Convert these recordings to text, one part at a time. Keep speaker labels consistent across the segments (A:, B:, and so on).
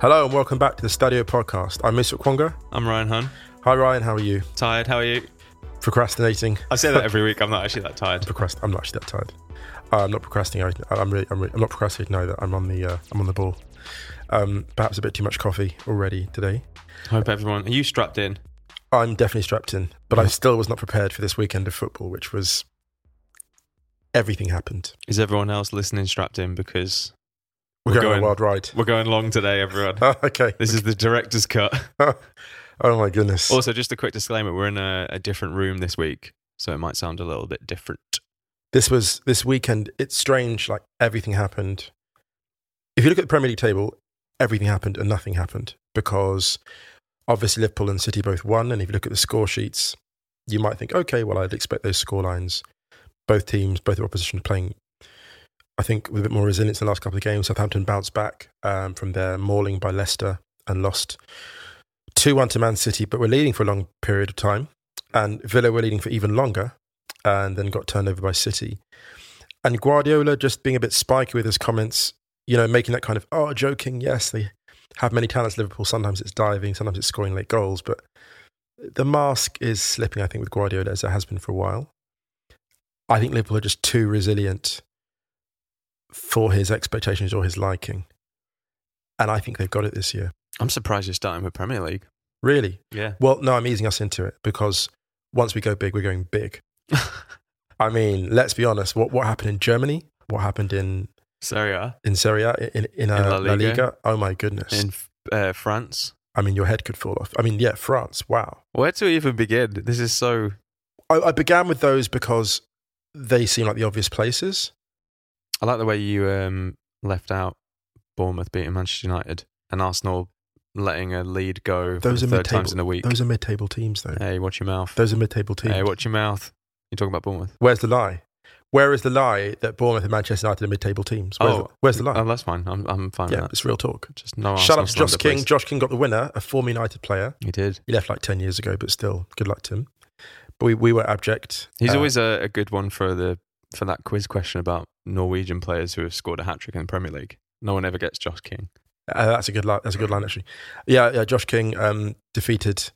A: Hello and welcome back to the Stadio podcast. I'm Mr. Kwonga.
B: I'm Ryan Hun.
A: Hi Ryan, how are you?
B: Tired? How are you?
A: Procrastinating.
B: I say that every week. I'm not actually that tired.
A: Procrast- I'm not actually that tired. Uh, I'm not procrastinating. I'm really, I'm, really, I'm not procrastinating either. I'm on the, uh, I'm on the ball. Um, perhaps a bit too much coffee already today.
B: Hope everyone. Are you strapped in?
A: I'm definitely strapped in, but I still was not prepared for this weekend of football, which was everything happened.
B: Is everyone else listening strapped in? Because
A: We're,
B: We're
A: going, on
B: going-
A: a wild ride.
B: we're going long today, everyone.
A: okay.
B: This is the director's cut.
A: Oh my goodness.
B: Also, just a quick disclaimer: we're in a, a different room this week, so it might sound a little bit different.
A: this was this weekend. It's strange, like everything happened. If you look at the Premier League table, everything happened and nothing happened because obviously Liverpool and City both won. And if you look at the score sheets, you might think, okay, well, I'd expect those score lines. Both teams, both opposition playing, I think, with a bit more resilience in the last couple of games. Southampton bounced back um, from their mauling by Leicester and lost 2 1 to Man City, but were leading for a long period of time. And Villa were leading for even longer and then got turned over by City. And Guardiola just being a bit spiky with his comments, you know, making that kind of, oh, joking, yes, they have many talents, Liverpool. Sometimes it's diving, sometimes it's scoring late goals, but the mask is slipping, I think, with Guardiola, as it has been for a while. I think Liverpool are just too resilient for his expectations or his liking. And I think they've got it this year.
B: I'm surprised you're starting with Premier League.
A: Really?
B: Yeah.
A: Well, no, I'm easing us into it because once we go big, we're going big. I mean, let's be honest. What what happened in Germany? What happened in
B: Serie A
A: in Serie A, in in, uh,
B: In La
A: La, Liga.
B: Liga?
A: Oh my goodness!
B: in uh, France.
A: I mean, your head could fall off. I mean, yeah, France. Wow.
B: Where to even begin? This is so.
A: I, I began with those because they seem like the obvious places.
B: I like the way you um, left out Bournemouth beating Manchester United and Arsenal letting a lead go
A: Those
B: for
A: are
B: the third times
A: mid-table.
B: in a week.
A: Those are mid-table teams, though.
B: Hey, watch your mouth.
A: Those are mid-table teams.
B: Hey, watch your mouth. You're talking about Bournemouth.
A: Where's the lie? Where is the lie that Bournemouth and Manchester United are mid-table teams? Where's,
B: Oh,
A: the, where's the lie?
B: Oh, that's fine. I'm, I'm fine
A: yeah,
B: with that.
A: it's real talk.
B: Just no
A: Shout
B: Arsenal
A: out to Josh
B: slander,
A: King.
B: please.
A: Josh King got the winner, a former United player.
B: He did.
A: He left like 10 years ago, but still, good luck to him. But we, we were abject.
B: He's
A: Uh,
B: always a, a good one for the for that quiz question about Norwegian players who have scored a hat trick in the Premier League. No one ever gets Josh King.
A: Uh, that's a good line. That's a good line, actually. Yeah, yeah. Josh King um, defeated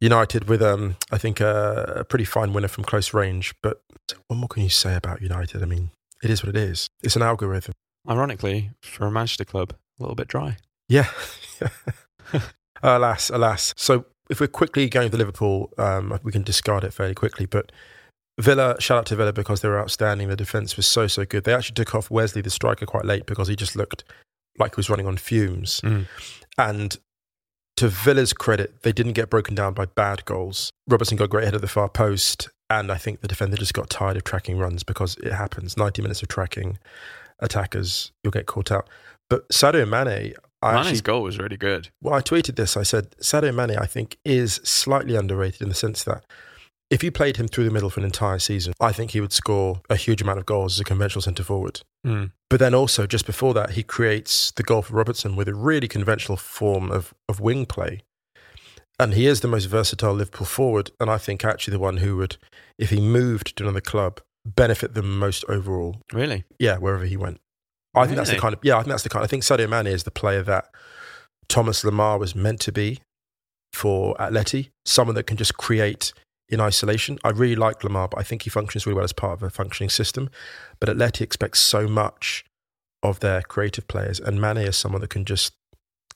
A: United with, um, I think, uh, a pretty fine winner from close range. But what more can you say about United? I mean, it is what it is. It's an algorithm.
B: Ironically, for a Manchester club, a little bit dry.
A: Yeah. alas, alas. So if we're quickly going to Liverpool, um, we can discard it fairly quickly. But Villa, shout out to Villa because they were outstanding. The defence was so, so good. They actually took off Wesley, the striker, quite late because he just looked like he was running on fumes.
B: Mm.
A: And to Villa's credit, they didn't get broken down by bad goals. Robertson got great head at the far post. And I think the defender just got tired of tracking runs because it happens. 90 minutes of tracking attackers, you'll get caught out. But Sadio Mane, I
B: Mane's
A: actually
B: goal was really good.
A: well, I tweeted this. I said Sadio Mane, I think, is slightly underrated in the sense that if you played him through the middle for an entire season, I think he would score a huge amount of goals as a conventional centre forward.
B: Mm.
A: But then also, just before that, he creates the goal for Robertson with a really conventional form of, of wing play. And he is the most versatile Liverpool forward. And I think actually the one who would, if he moved to another club, benefit them most overall.
B: Really?
A: Yeah, wherever he went. I think that's the
B: Really?
A: kind of yeah. I think that's the kind. I think Sadio Mane is the player that Thomas Lamar was meant to be for Atleti. Someone that can just create in isolation. I really like Lamar, but I think he functions really well as part of a functioning system. But Atleti expects so much of their creative players, and Mane is someone that can just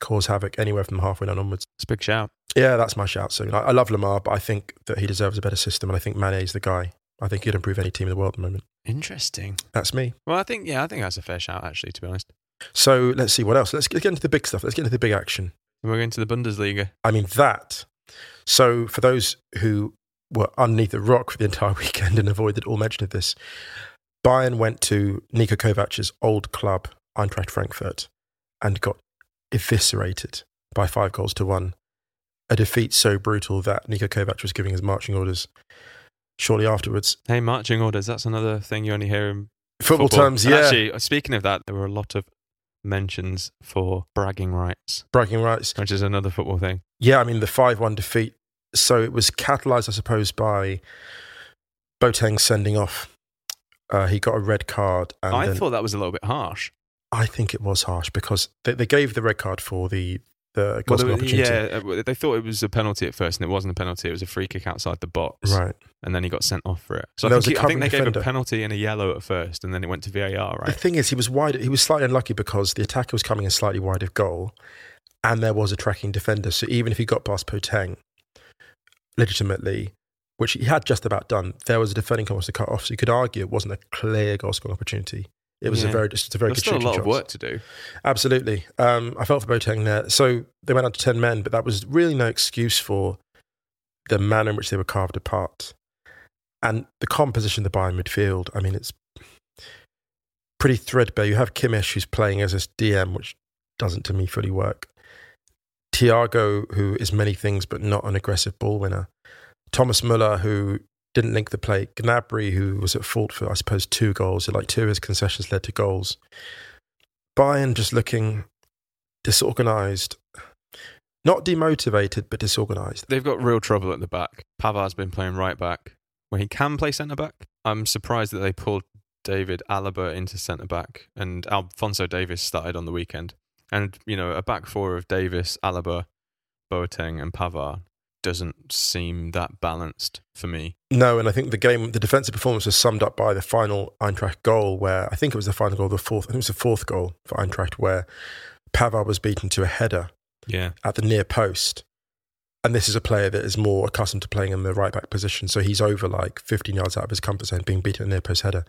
A: cause havoc anywhere from halfway down onwards.
B: It's a big shout.
A: Yeah, that's my shout. So I, I love Lamar, but I think that he deserves a better system, and I think Mane is the guy. I think he'd improve any team in the world at the moment.
B: Interesting.
A: That's me.
B: Well, I think yeah, I think that's a fair shout actually. To be honest,
A: So let's see what else. Let's get into the big stuff. Let's get into the big action.
B: we're going to the Bundesliga.
A: I mean, that. So for those who were underneath the rock for the entire weekend and avoided all mention of this, Bayern went to Niko Kovac's old club, Eintracht Frankfurt, and got eviscerated by five goals to one. A defeat so brutal that Niko Kovac was giving his marching orders shortly afterwards.
B: Hey, marching orders. That's another thing you only hear in
A: Football, terms,
B: And
A: yeah.
B: Actually, uh, speaking of that, there were a lot of mentions for bragging rights,
A: bragging rights.
B: which is another football thing.
A: Yeah, I mean the five-one defeat. So it was catalyzed, I suppose, by Boateng sending off. Uh, he got a red card, and
B: I
A: then,
B: thought that was a little bit harsh.
A: I think it was harsh because they, they gave the red card for the the
B: Well,
A: golden
B: they were-
A: opportunity.
B: yeah, uh, they thought it was a penalty at first, and it wasn't a penalty. It was a free kick outside the box,
A: Right.
B: and then he got sent off for it. So
A: And there
B: I
A: was
B: think, he,
A: a
B: I think they
A: covering
B: gave
A: defender.
B: a penalty and a yellow at first, and then it went to VAR,
A: The
B: right?
A: thing is, he was wide. He was slightly unlucky because the attacker was coming in slightly wide of goal, and there was a tracking defender. So even if he got past Poteng, legitimately, which he had just about done, there was a defending almost to cut off. So you could argue it wasn't a clear goal scoring opportunity. It was
B: Yeah.
A: a very, just a very good
B: There's still a
A: shooting
B: lot of
A: chance.
B: work to do.
A: Absolutely. Um, I felt for Boateng there. So they went out to 10 men, but that was really no excuse for the manner in which they were carved apart. And the composition of the Bayern midfield, I mean, it's pretty threadbare. You have Kimmich, who's playing as a DM, which doesn't to me fully work. Thiago, who is many things but not an aggressive ball winner. Thomas Muller, who didn't link the play. Gnabry, who was at fault for, I suppose, two goals. So like two of his concessions led to goals. Bayern just looking disorganized, not demotivated, but disorganized.
B: They've got real trouble at the back. Pavard's been playing right back when he can play centre back. I'm surprised that they pulled David Alaba into centre back and Alfonso Davis started on the weekend. And you know, a back four of Davis, Alaba, Boateng, and Pavard doesn't seem that balanced for me.
A: No, and I think the game, the defensive performance was summed up by the final Eintracht goal, where I think it was the final goal, the fourth, I think it was the fourth goal for Eintracht, where Pavard was beaten to a header
B: Yeah,
A: at the near post. And this is a player that is more accustomed to playing in the right back position. So he's over like 15 yards out of his comfort zone, being beaten at a near post header.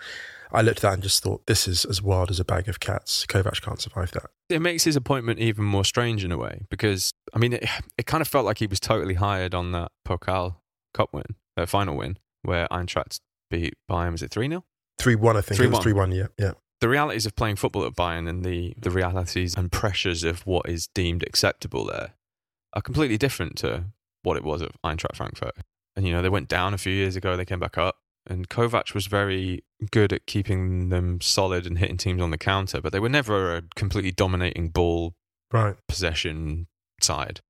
A: I looked at that and just thought, this is as wild as a bag of cats. Kovac can't survive that.
B: it makes his appointment even more strange in a way because I mean it, it kind of felt like he was totally hired on that Pokal Cup win, uh, final win where Eintracht beat Bayern was it three 0
A: 3 1, I think. It was
B: 3-1.
A: 3 1, yeah. Yeah.
B: The realities of playing football at Bayern and the the realities and pressures of what is deemed acceptable there are completely different to what it was at Eintracht Frankfurt. And you know they went down a few years ago, they came back up, and Kovac was very good at keeping them solid and hitting teams on the counter, but they were never a completely dominating ball
A: Right.
B: possession side.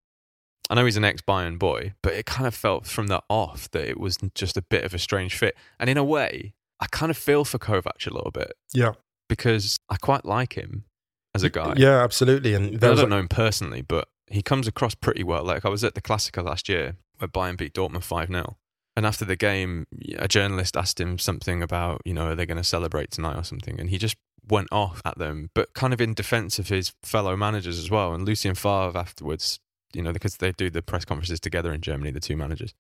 B: I know he's an ex Bayern boy, but it kind of felt from the off that it was just a bit of a strange fit. And in a way, I kind of feel for Kovac a little bit
A: Yeah.
B: because I quite like him as a guy.
A: Yeah, absolutely. And
B: I
A: there was
B: don't
A: like,
B: know him personally, but he comes across pretty well. Like I was at the Classica last year where Bayern beat Dortmund 5 0. And after the game, a journalist asked him something about, you know, are they going to celebrate tonight or something? And he just went off at them, but kind of in defense of his fellow managers as well. And Lucien Favre afterwards, you know, because they do the press conferences together in Germany, the two managers,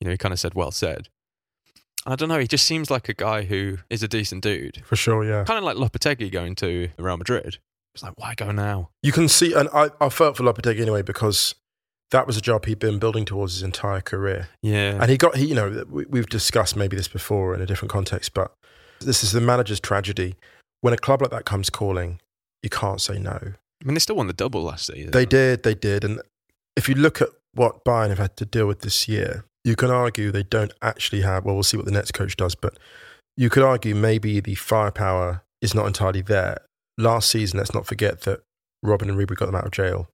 B: you know, he kind of said, well said. I don't know. He just seems like a guy who is a decent dude.
A: for sure. Yeah.
B: Kind of like Lopetegui going to Real Madrid. It's like, why go now?
A: You can see, and I, I felt for Lopetegui anyway because that was a job he'd been building towards his entire career,
B: Yeah.
A: and he got he. You know, we, we've discussed maybe this before in a different context, but this is the manager's tragedy. When a club like that comes calling, you can't say no.
B: I mean, they still won the double last season.
A: They did, they did, and if you look at what Bayern have had to deal with this year, you can argue they don't actually have. Well, we'll see what the next coach does, but you could argue maybe the firepower is not entirely there. Last season, let's not forget that Robin and Ribery got them out of jail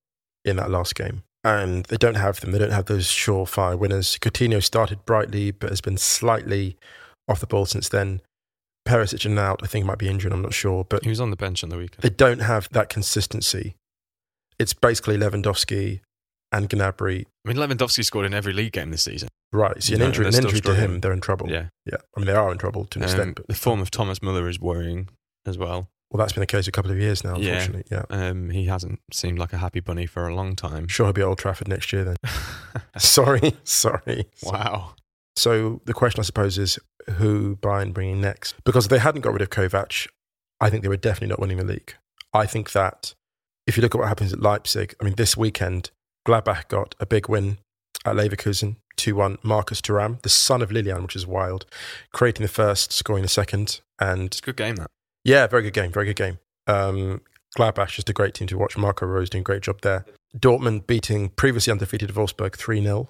A: in that last game. And they don't have them. They don't have those surefire winners. Coutinho started brightly, but has been slightly off the ball since then. Perisic and out, I think, might be injured. I'm not sure. But
B: He was on the bench on the weekend.
A: they don't have that consistency. It's basically Lewandowski and Gnabry.
B: I mean, Lewandowski scored in every league game this season.
A: Right, so an
B: No,
A: injury,
B: they're
A: an
B: still
A: injury to
B: struggling.
A: him, they're in trouble.
B: Yeah.
A: yeah. I mean, they are in trouble to an
B: Um,
A: extent. But,
B: the form of Thomas Muller is worrying as well.
A: well, that's been the case for a couple of years now,
B: Yeah.
A: unfortunately. Yeah.
B: Um, he hasn't seemed like a happy bunny for a long time.
A: I'm sure he'll be at Old Trafford next year then. sorry, sorry.
B: wow.
A: So the question, I suppose, is who Bayern bringing next? Because if they hadn't got rid of Kovac, I think they were definitely not winning the league. I think that if you look at what happens at Leipzig, I mean, this weekend, Gladbach got a big win at Leverkusen, 2 1. Marcus Thuram, the son of Lilian, which is wild, creating the first, scoring the second. And
B: It's a good game, that.
A: yeah, very good game, very good game. Um, Gladbach, just a great team to watch. Marco Rose doing a great job there. Dortmund beating previously undefeated Wolfsburg 3 0.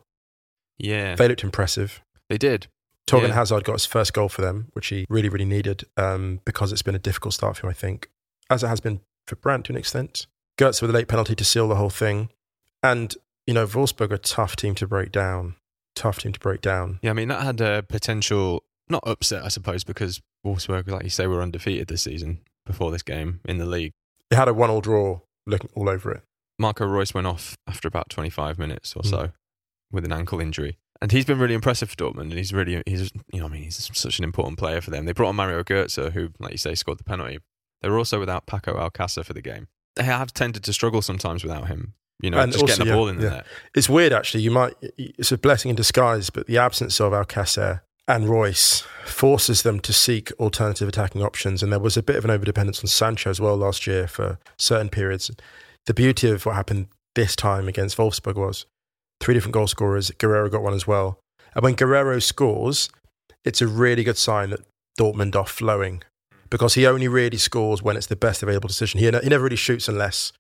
B: Yeah. They,
A: They looked impressive.
B: did.
A: Torgan
B: Yeah.
A: Hazard got his first goal for them, which he really, really needed um, because it's been a difficult start for him, I think, as it has been for Brandt to an extent. Gertz with a late penalty to seal the whole thing. And, you know, Wolfsburg are a tough team to break down. Tough team to break down.
B: Yeah, I mean, that had a potential, not upset, I suppose, because Wolfsburg, like you say, were undefeated this season before this game in the league.
A: It had a one-all draw looking all over it.
B: Marco Royce went off after about 25 minutes
A: Hmm.
B: or so with an ankle injury. And he's been really impressive for Dortmund, and he's really he's you know I mean he's such an important player for them. They brought on Mario Götze, who, like you say, scored the penalty. They were also without Paco Alcácer for the game. They have tended to struggle sometimes without him. You know,
A: And
B: just
A: also,
B: getting the
A: yeah,
B: ball in the
A: yeah.
B: net.
A: It's weird, actually. You might it's a blessing in disguise, but the absence of Alcacer and Royce forces them to seek alternative attacking options. And there was a bit of an overdependence on Sancho as well last year for certain periods. The beauty of what happened this time against Wolfsburg was three different goal scorers. Guerrero got one as well. And when Guerrero scores, it's a really good sign that Dortmund are flowing because he only really scores when it's the best available decision. He, he never really shoots unless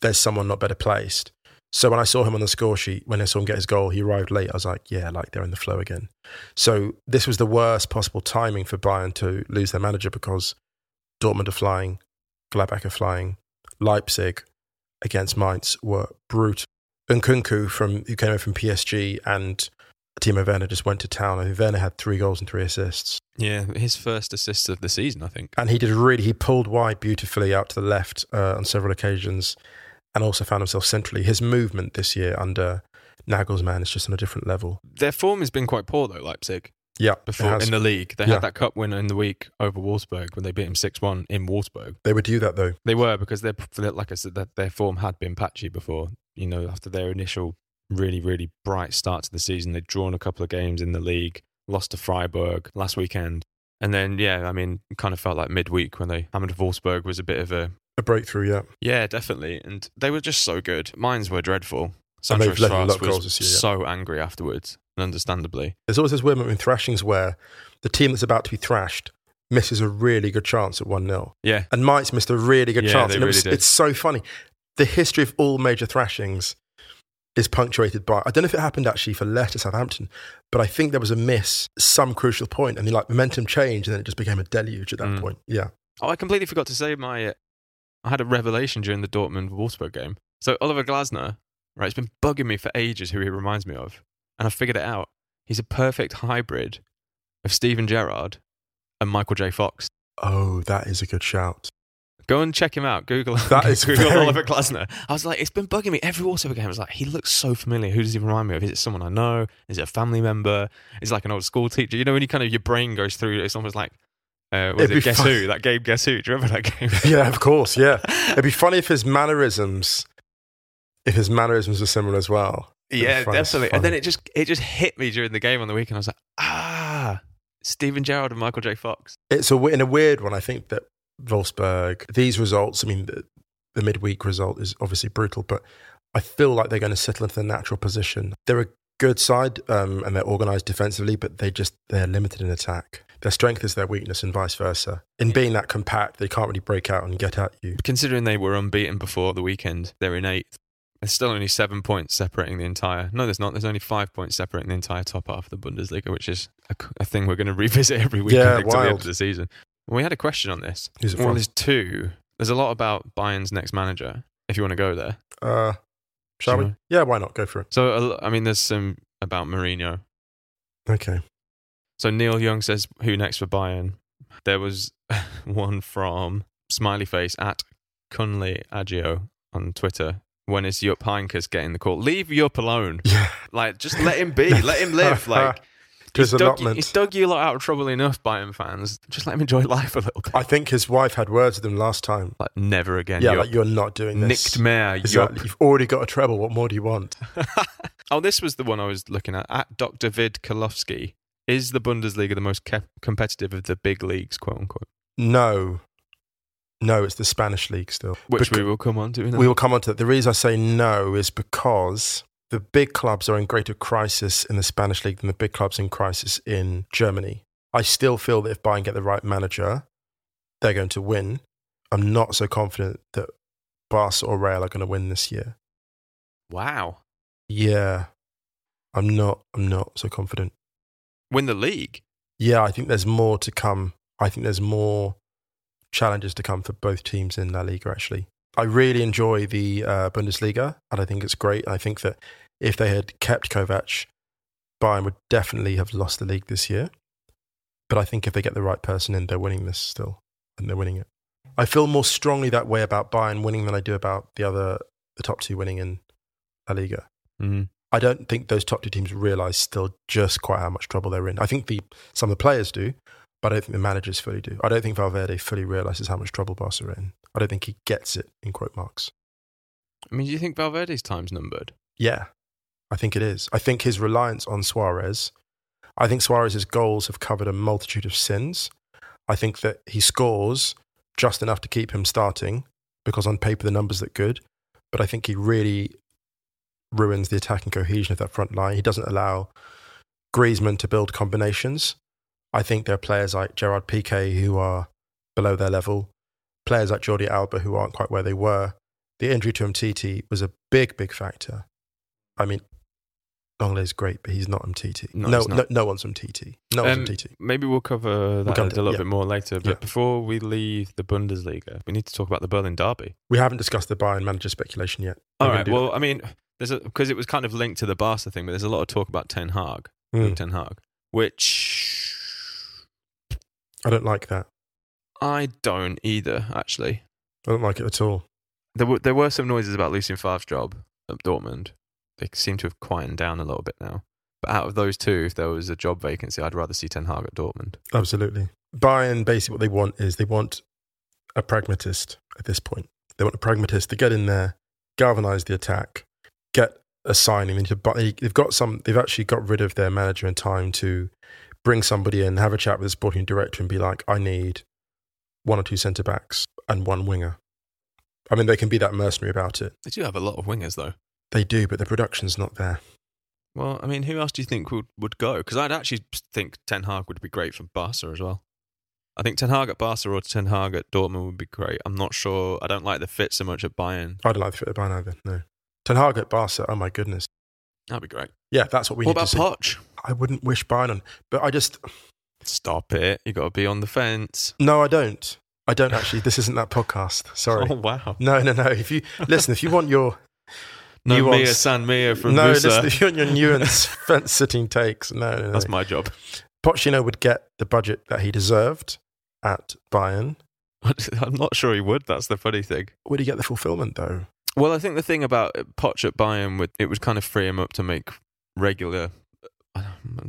A: there's someone not better placed. So when I saw him on the score sheet, when I saw him get his goal, he arrived late. I was like, yeah, like they're in the flow again. So this was the worst possible timing for Bayern to lose their manager because Dortmund are flying, Gladbach are flying, Leipzig against Mainz were brutal. Nkunku from who came over from PSG and Timo Werner just went to town. I think Werner had three goals and three assists,
B: Yeah, his first assist of the season, I think.
A: and he did really he pulled wide beautifully out to the left uh, on several occasions and also found himself centrally his movement this year under Nagelsmann is just on a different level
B: Their form has been quite poor though, Leipzig.
A: yeah it
B: Before
A: has.
B: in the league, they
A: Yeah.
B: had that cup win in the week over Wolfsburg when they beat him six one in Wolfsburg.
A: they would do that though
B: They were because their like I said, that their form had been patchy before. You know, after their initial really really bright start to the season, they'd drawn a couple of games in the league, lost to Freiburg last weekend, and then yeah, I mean, kind of felt like midweek when they hammered Wolfsburg was a bit of a
A: a breakthrough yeah
B: yeah, definitely, and they were just so good. Mines were dreadful.
A: And
B: Sancho
A: they've let in a lot
B: Schwarz
A: of goals
B: was
A: this year, yeah.
B: so angry afterwards, and understandably.
A: there's always this weird moment in thrashings where the team that's about to be thrashed misses a really good chance at 1-0
B: Yeah,
A: and Mainz missed a really good
B: Yeah,
A: chance
B: they
A: and it was,
B: really did.
A: it's so funny the history of all major thrashings is punctuated by I don't know if it happened actually for Leicester Southampton but I think there was a miss some crucial point and the like momentum changed and then it just became a deluge at that
B: Mm.
A: point yeah
B: Oh, I completely forgot to say my. uh, I had a revelation during the Dortmund Wolfsburg game. So Oliver Glasner, right, it's been bugging me for ages who he reminds me of, and I figured it out. He's a perfect hybrid of Steven Gerrard and Michael J. Fox.
A: oh that is a good shout
B: Go and check him out. Google
A: That is
B: Google
A: very-
B: Oliver Glasner. I was like, it's been bugging me every Wolfsburg game. I was like, he looks so familiar. Who does he remind me of? Is it someone I know? Is it a family member? Is it like an old school teacher? You know, when you kind of your brain goes through, it's almost like, uh, was
A: It'd be
B: it Guess
A: fun-
B: Who? That game, Guess Who? Do you remember that game?
A: yeah of course yeah It'd be funny if his mannerisms, if his mannerisms were similar as well. It'd be
B: Yeah,
A: fun as
B: definitely. And
A: fun.
B: then it just it just hit me during the game on the weekend. I was like, ah, Stephen Gerrard and Michael J. Fox.
A: it's a w- in a weird one. I think that Wolfsburg, these results. I mean, the, the midweek result is obviously brutal, but I feel like they're going to settle into the natural position. They're a good side um, and they're organised defensively, but they just they're limited in attack. Their strength is their weakness, and vice versa. In being that compact, they can't really break out and get at you.
B: Considering they were unbeaten before the weekend, they're in eighth. There's still only seven points separating the entire. No, there's not. There's only five points separating the entire top half of the Bundesliga, which is a, c- a thing we're going to revisit every week
A: Yeah,
B: until the end
A: wild.
B: of the season. We had a question on this.
A: Who's it
B: Well,
A: from?
B: there's two. There's a lot about Bayern's next manager. If you want to go there,
A: Uh, shall we?
B: Sure.
A: Yeah, why not? Go for it.
B: so a l- I mean, there's some about Mourinho.
A: Okay.
B: So Neil Young says, "Who next for Bayern?" There was one from smiley face at Cunley Agio on Twitter. When is Yup Heynckes getting the call? Leave Yup alone.
A: Yeah.
B: Like, just let him be. let him live. Like, he's
A: Just
B: dug,
A: allotment.
B: he's dug you lot out of trouble enough, Bayern fans. Just let him enjoy life a little bit.
A: I think his wife had words with him last time.
B: Like, never again.
A: yeah,
B: Yup.
A: like you're not doing this.
B: Nicked Mayor. Yup.
A: Exactly. You've already got a treble. What more do you want?
B: oh, this was the one I was looking at. At Dr. Vid Kolofsky. Is the Bundesliga the most cap- competitive of the big leagues, quote unquote?
A: No, no, it's the Spanish league still.
B: Which
A: Bec-
B: we will come on to in a
A: we will come on to that. The reason I say no is because the big clubs are in greater crisis in the Spanish league than the big clubs in crisis in Germany. I still feel that if Bayern get the right manager, they're going to win. I'm not so confident that Barca or Real are going to win this year.
B: Wow.
A: Yeah, I'm not. I'm not so confident.
B: win the league.
A: Yeah, I think there's more to come. I think there's more challenges to come for both teams in La Liga, actually. I really enjoy the uh, Bundesliga, and I think it's great. I think that if they had kept Kovac, Bayern would definitely have lost the league this year. But I think if they get the right person in, they're winning this still, and they're winning it. I feel more strongly that way about Bayern winning than I do about the other, the top two winning in La Liga.
B: Mm.
A: I don't think those top two teams realise still just quite how much trouble they're in. I think the some of the players do, but I don't think the managers fully do. I don't think Valverde fully realises how much trouble Barca are in. I don't think he gets it in quote marks.
B: I mean, do you think Valverde's time's numbered?
A: Yeah, I think it is. I think his reliance on Suarez, I think Suarez's goals have covered a multitude of sins. I think that he scores just enough to keep him starting because on paper the numbers look good, but I think he really ruins the attacking cohesion of that front line. He doesn't allow Griezmann to build combinations. I think there are players like Gerard Piqué who are below their level, players like Jordi Alba who aren't quite where they were. The injury to Mtiti was a big, big factor. I mean, Longley's great, but he's not Mtiti.
B: No,
A: No, no,
B: he's not.
A: no, one's Mtiti. No one's
B: Um,
A: Mtiti.
B: Maybe we'll cover that
A: come
B: a
A: to-
B: little
A: yeah.
B: bit more later. But
A: Yeah.
B: before we leave the Bundesliga, we need to talk about the Berlin Derby.
A: We haven't discussed the Bayern manager speculation yet. We're
B: All
A: gonna
B: Oh, right.
A: do
B: Well, I mean, there's because it was kind of linked to the Barca thing, but there's a lot of talk about Ten Hag,
A: that.
B: Luke
A: Mm,
B: Ten Hag, which
A: I don't like that.
B: I don't either. Actually,
A: I don't like it at all.
B: there were there were some noises about Lucien Favre's job at Dortmund. They seem to have quietened down a little bit now. But out of those two, if there was a job vacancy, I'd rather see Ten Hag at Dortmund.
A: Absolutely. Bayern basically what they want is they want a pragmatist at this point. They want a pragmatist to get in there, galvanize the attack, get a signing. They need to buy, they've got some. They've actually got rid of their manager in time to bring somebody in, have a chat with the sporting director, and be like, "I need one or two centre backs and one winger." I mean, they can be that mercenary about it.
B: They do have a lot of wingers, though.
A: They do, but the production's not there.
B: Well, I mean, who else do you think would, would go? Because I'd actually think Ten Hag would be great for Barca as well. I think Ten Hag at Barca or Ten Hag at Dortmund would be great. I'm not sure. I don't like the fit so much at Bayern.
A: I don't like the fit of Bayern either. No, Ten Hag at Barca. Oh my goodness.
B: That'd be great.
A: Yeah, that's what we need
B: what about
A: to see.
B: Poch?
A: I wouldn't wish Bayern on, but I just
B: Stop it. you got to be on the fence.
A: No, I don't. I don't actually. This isn't that podcast. Sorry.
B: Oh, wow.
A: No, no, no. If you listen, if you want your
B: No
A: You
B: Mia
A: are-
B: San Mia from
A: no,
B: Busa.
A: listen, if you want your nuance fence sitting takes, no, no, no.
B: That's my job.
A: Pochettino would get the budget that he deserved at Bayern.
B: I'm not sure he would. That's the funny thing.
A: Would he get the fulfillment though?
B: Well, I think the thing about Poch at Bayern would it would kind of free him up to make regular,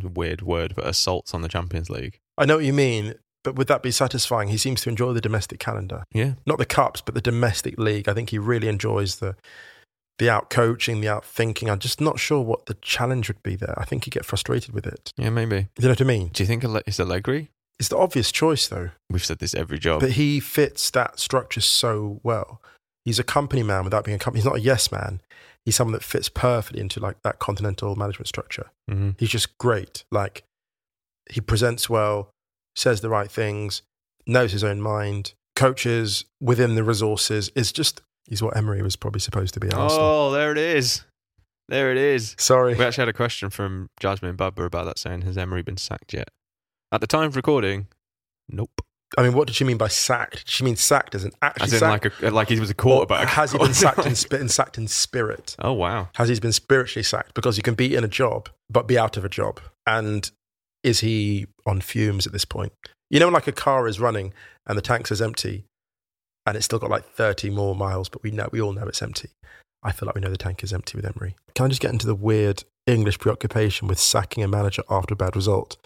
B: weird word, but assaults on the Champions League.
A: I know what you mean, but would that be satisfying? He seems to enjoy the domestic calendar,
B: Yeah,
A: not the cups, but the domestic league. I think he really enjoys the the out coaching, the out thinking. I'm just not sure what the challenge would be there. I think he'd get frustrated with it.
B: yeah, maybe.
A: You know what I mean?
B: Do you think Ale- it's Allegri?
A: It's the obvious choice though.
B: We've said this every job.
A: But he fits that structure so well. He's a company man without being a company. He's not a yes man. He's someone that fits perfectly into like that continental management structure.
B: Mhm.
A: He's just great. Like he presents well, says the right things, knows his own mind, coaches within the resources. Is just he's what Emery was probably supposed to be. at Arsenal.
B: Oh, there it is. There it is.
A: Sorry.
B: We actually had a question from Jasmine Babber about that saying, Has Emery been sacked yet? At the time of recording, nope.
A: I mean, what did she mean by sacked? Did she mean sacked as an actually
B: As in,
A: sacked?
B: like, a, like he was a
A: or
B: quarterback.
A: has he been sacked in, spi- and sacked in spirit?
B: oh, wow.
A: has he been spiritually sacked because you can be in a job but be out of a job and is he on fumes at this point you know when, like a car is running and the tank says empty and it's still got like 30 more miles but we know we all know it's empty i feel like we know the tank is empty with emery can i just get into the weird english preoccupation with sacking a manager after a bad result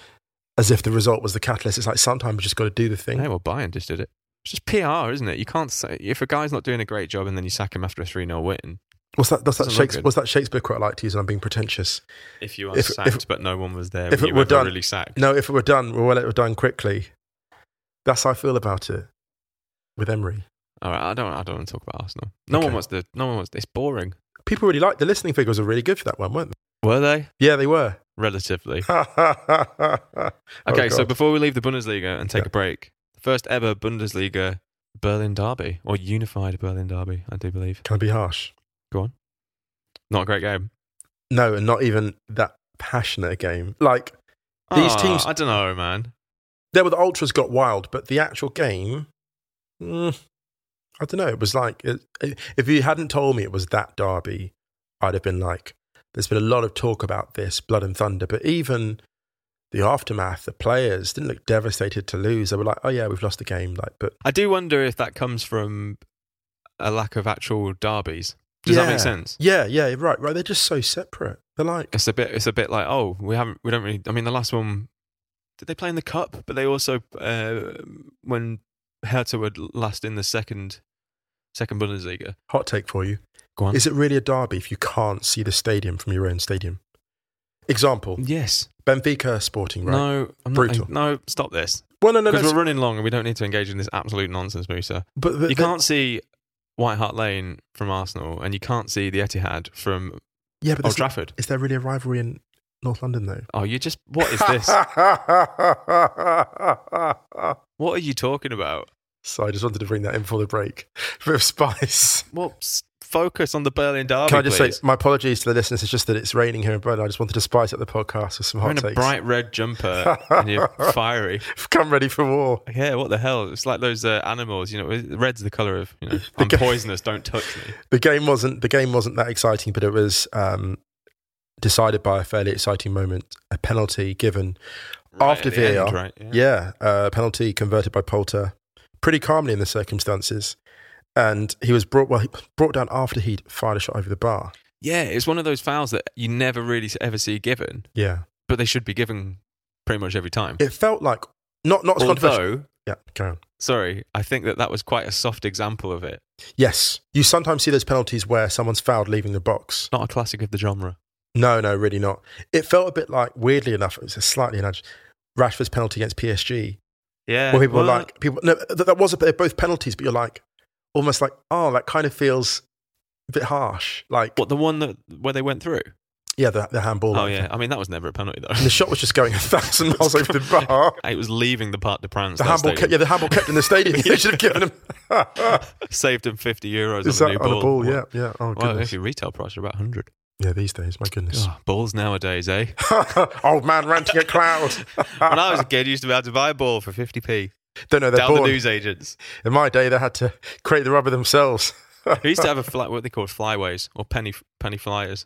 A: as if the result was the catalyst it's like sometimes you just got to do the thing
B: Yeah, well, Bayern just did it. It's just PR, isn't it? You can't say if a guy's not doing a great job and then you sack him after a 3 0 win.
A: what's that, that's that,
B: Doesn't look
A: shakespeare,
B: good.
A: what's that shakespeare quote i like to use and i'm being pretentious
B: If you are
A: If-
B: sacked,
A: if-
B: but no one was there,
A: if
B: were
A: it
B: you
A: were
B: ever
A: done-
B: really sacked?
A: No, if it were done, well, it were done quickly. That's how I feel about it with Emery.
B: All right, I don't. I don't want to talk about Arsenal. No one
A: Okay.
B: wants to. No one wants. It's boring.
A: People really liked the listening figures were really good for that one, weren't
B: Were they
A: they? Yeah, they were.
B: relatively?
A: That's
B: Okay,
A: Oh,
B: so
A: God.
B: before we leave the Bundesliga and take
A: Yeah.
B: a break, first ever Bundesliga Berlin Derby or Unified Berlin Derby, I do believe.
A: Can I be harsh?
B: Not a great game.
A: No, and not even that passionate a game. Like These
B: Ah,
A: teams-
B: I don't know, man.
A: there were the ultras got wild, but the actual game, mm, I don't know. It was like it, it- if you hadn't told me it was that derby, I'd have been like, "There's been a lot of talk about this blood and thunder," but even the aftermath, the players didn't look devastated to lose. They were like, "Oh yeah, we've lost the game." Like, but
B: I do wonder if that comes from a lack of actual derbies. Does that
A: Yeah.
B: make sense?
A: yeah, yeah, right, right. They're just so separate. They're like,
B: It's a bit. It's a bit like oh, we haven't. We don't really. I mean, the last one. Did they play in the cup? But they also uh, when Hertha were last in the second second Bundesliga.
A: hot take for you:
B: Go on.
A: Is it really a derby if you can't see the stadium from your own stadium? Example:
B: yes.
A: Benfica Sporting. Right?
B: No. I'm not-
A: Brutal.
B: no. Stop this.
A: Well, no, no, no.
B: Because we're running long and we don't need to engage in this absolute nonsense, Musa.
A: But the,
B: You can't see White Hart Lane from Arsenal, and you can't see the Etihad from
A: yeah, but
B: Old
A: is,
B: Trafford.
A: is there really a rivalry in North London though?
B: Oh, you just what is this? what are you talking about?
A: so I just wanted to bring that in for the break. A bit of spice.
B: Well, s- focus on the Berlin Derby.
A: Can I just
B: please.
A: say my apologies to the listeners? It's just that it's raining here in Berlin. I just wanted to spice up the podcast with some hot
B: You're in a
A: takes.
B: bright red jumper and you're fiery.
A: Come ready for war.
B: Yeah, what the hell? It's like those uh, animals. You know, red's the color of. You know, I'm
A: guy-
B: poisonous. Don't touch me.
A: The game wasn't the game wasn't that exciting, but it was um, decided by a fairly exciting moment. A penalty given,
B: Right
A: After
B: at the end,
A: VAR.
B: right?
A: yeah, a penalty converted by Poulter, pretty calmly in the circumstances, and he was brought well he was brought down after he'd fired a shot over the bar.
B: yeah, it's one of those fouls that you never really s- ever see given,
A: Yeah,
B: but they should be given pretty much every time.
A: it felt like not not as controversial.
B: Although,
A: Yeah, carry on.
B: sorry, I think that that was quite a soft example of it.
A: Yes, you sometimes see those penalties where someone's fouled leaving the box.
B: Not a classic of the genre.
A: No, no, really not. It felt a bit like, weirdly enough, it was a slightly nudge. Rashford's penalty against PSG,
B: Yeah.
A: where people were
B: well,
A: like, people, no, that, that was a, they're both penalties, but you're like, almost like, oh, that kind of feels a bit harsh. Like,
B: what the one that where they went through?
A: yeah, the, the handball.
B: Oh yeah, I mean that was never a penalty
A: And the
B: though.
A: shot was just going a thousand miles over the bar.
B: it was leaving the Parc de Prince.
A: The
B: that
A: handball, kept,
B: stadium.
A: yeah, the handball kept in the stadium. They should have given him.
B: saved him fifty euros
A: Is
B: on the
A: that
B: new
A: on
B: ball.
A: a ball? Yeah, yeah. Oh
B: Well,
A: goodness.
B: actually, retail price are about hundred.
A: yeah, these days, my goodness.
B: balls nowadays, eh?
A: Old man ranting at cloud.
B: when I was a kid, you used to be able to buy a ball for fifty p.
A: don't know. They're
B: Down the
A: born.
B: news agents.
A: In my day, they had to create the rubber themselves.
B: We used to have a fly, what they called flyways or penny penny flyers,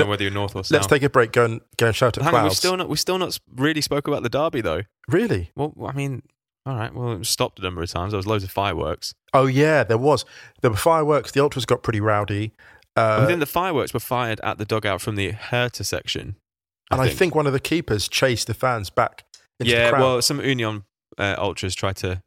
A: You know,
B: on whether you're north or south.
A: Let's take a break. Go and go and shout at
B: Hang on, we
A: clouds.
B: still not we still not really spoke about the derby though.
A: Really?
B: Well, I mean, all right. Well, it was stopped a number of times. There was loads of fireworks.
A: Oh yeah, there was. There were fireworks. The ultras got pretty rowdy. Uh,
B: I think the fireworks were fired at the dugout from the Hertha section.
A: and I think one of the keepers chased the fans back into
B: yeah.
A: the crowd.
B: Well, some Union uh, ultras tried to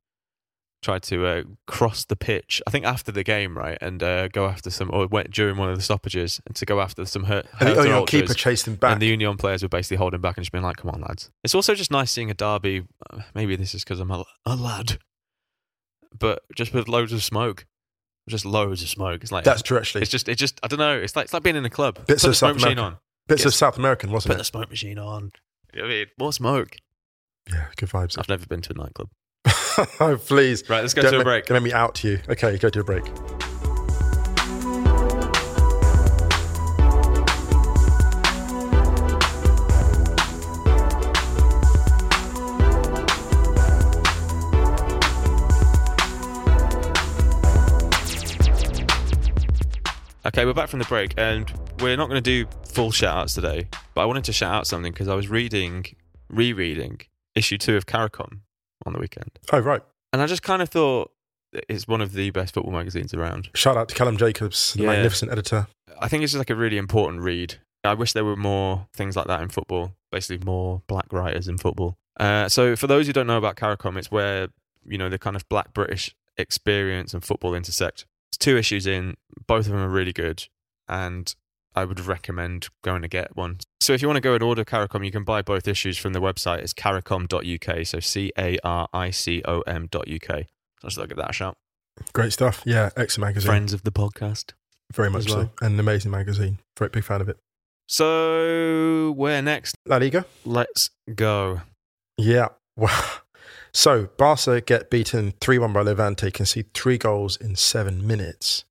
B: tried to uh, cross the pitch. I think after the game, right, and uh, go after some or went during one of the stoppages and to go after some Her-
A: and
B: Hertha
A: the Union
B: ultras.
A: keeper chased them back.
B: And the Union players were basically holding back and just being like, "Come on, lads." It's also just nice seeing a derby. uh, Maybe this is because I'm a, a lad, but just with loads of smoke, just loads of smoke. It's like
A: That's true, actually.
B: It's just, it just, I don't know. It's like, it's like being in a club.
A: Bits
B: Put
A: of
B: the smoke
A: South
B: machine
A: America,
B: on.
A: Bits of
B: yes.
A: South American,
B: Put
A: wasn't
B: the
A: it?
B: smoke machine on. You know what I mean, more smoke.
A: Yeah, good vibes.
B: I've never been to a nightclub.
A: oh, please.
B: Right, let's go
A: Don't
B: to a
A: make-
B: break.
A: Don't make me out to you. Okay, go to a break.
B: Okay, we're back from the break, and we're not going to do full shout outs today, but I wanted to shout out something because I was reading, rereading issue two of Caricom on the weekend.
A: Oh right.
B: And I just kind of thought it's one of the best football magazines around.
A: Shout out to Callum Jacobs, the
B: Yeah.
A: magnificent editor.
B: I think it's just like a really important read. I wish there were more things like that in football, basically more black writers in football. Uh, so for those who don't know about Caricom, it's where, you know, the kind of black British experience and football intersect. It's two issues in, both of them are really good, and I would recommend going to get one. So if you want to go and order Caricom, you can buy both issues from the website. It's caricom.uk, so C-A-R-I-C-O-M dot UK. Let's look at that shout.
A: Great stuff. Yeah, excellent magazine.
B: Friends of the podcast.
A: Very
B: as
A: much
B: well.
A: so. And an amazing magazine. Very big fan of it.
B: So where next?
A: La Liga.
B: Let's go.
A: Yeah. Wow. So Barca get beaten 3 1 by Levante, concede three goals in seven minutes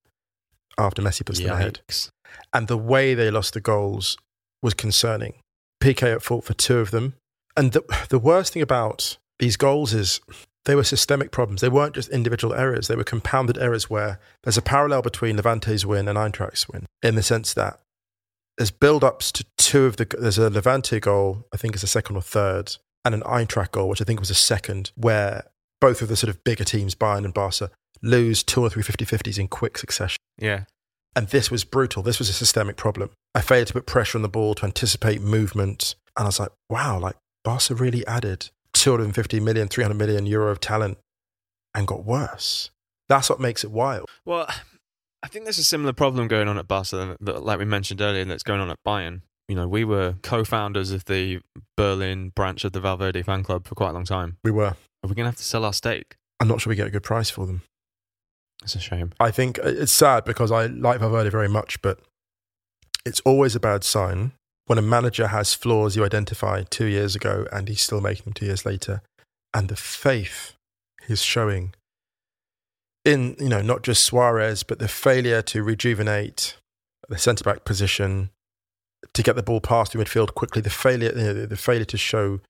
A: after Messi puts them ahead.
B: Yikes.
A: And the way they lost the goals was concerning. PK at fault for two of them. And the, the worst thing about these goals is they were systemic problems. They weren't just individual errors, they were compounded errors where there's a parallel between Levante's win and Eintracht's win in the sense that there's build ups to two of the. There's a Levante goal, I think it's the second or third, and an Eintracht goal, which I think was a second, where both of the sort of bigger teams, Bayern and Barca, lose two or three 50-50s in quick succession.
B: Yeah.
A: And this was brutal. This was a systemic problem. I failed to put pressure on the ball to anticipate movement. And I was like, wow, like Barca really added 250 million, 300 million euro of talent and got worse. That's what makes it wild.
B: Well, I think there's a similar problem going on at Barca, that, like we mentioned earlier, that's going on at Bayern. You know, we were co-founders of the Berlin branch of the Valverde fan club for quite a long time.
A: We were.
B: Are we going to have to sell our stake?
A: I'm not sure we get a good price for them.
B: It's a shame.
A: I think uh, it's sad because I like Valverde very much, but it's always a bad sign when a manager has flaws you identified two years ago and he's still making them two years later. And the faith he's showing in, you know, not just Suarez, but the failure to rejuvenate the centre back position, to get the ball past the midfield quickly, the failure, you know, the, the failure to show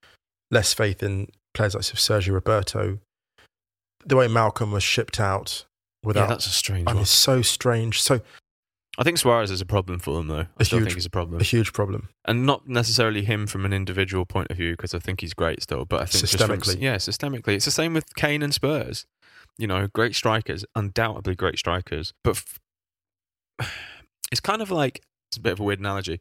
A: less faith in players like Sergio Roberto, the way Malcolm was shipped out without.
B: yeah, that's a strange
A: I mean,
B: one.
A: it's so strange, so
B: I think Suarez is a problem for them, though. I
A: A
B: still
A: huge-
B: think he's a problem.
A: a huge problem.
B: and not necessarily him from an individual point of view because I think he's great still. But I think just from-
A: Systemically.
B: yeah, systemically, it's the same with Kane and Spurs. You know, great strikers, undoubtedly great strikers, but f- it's kind of like it's a bit of a weird analogy.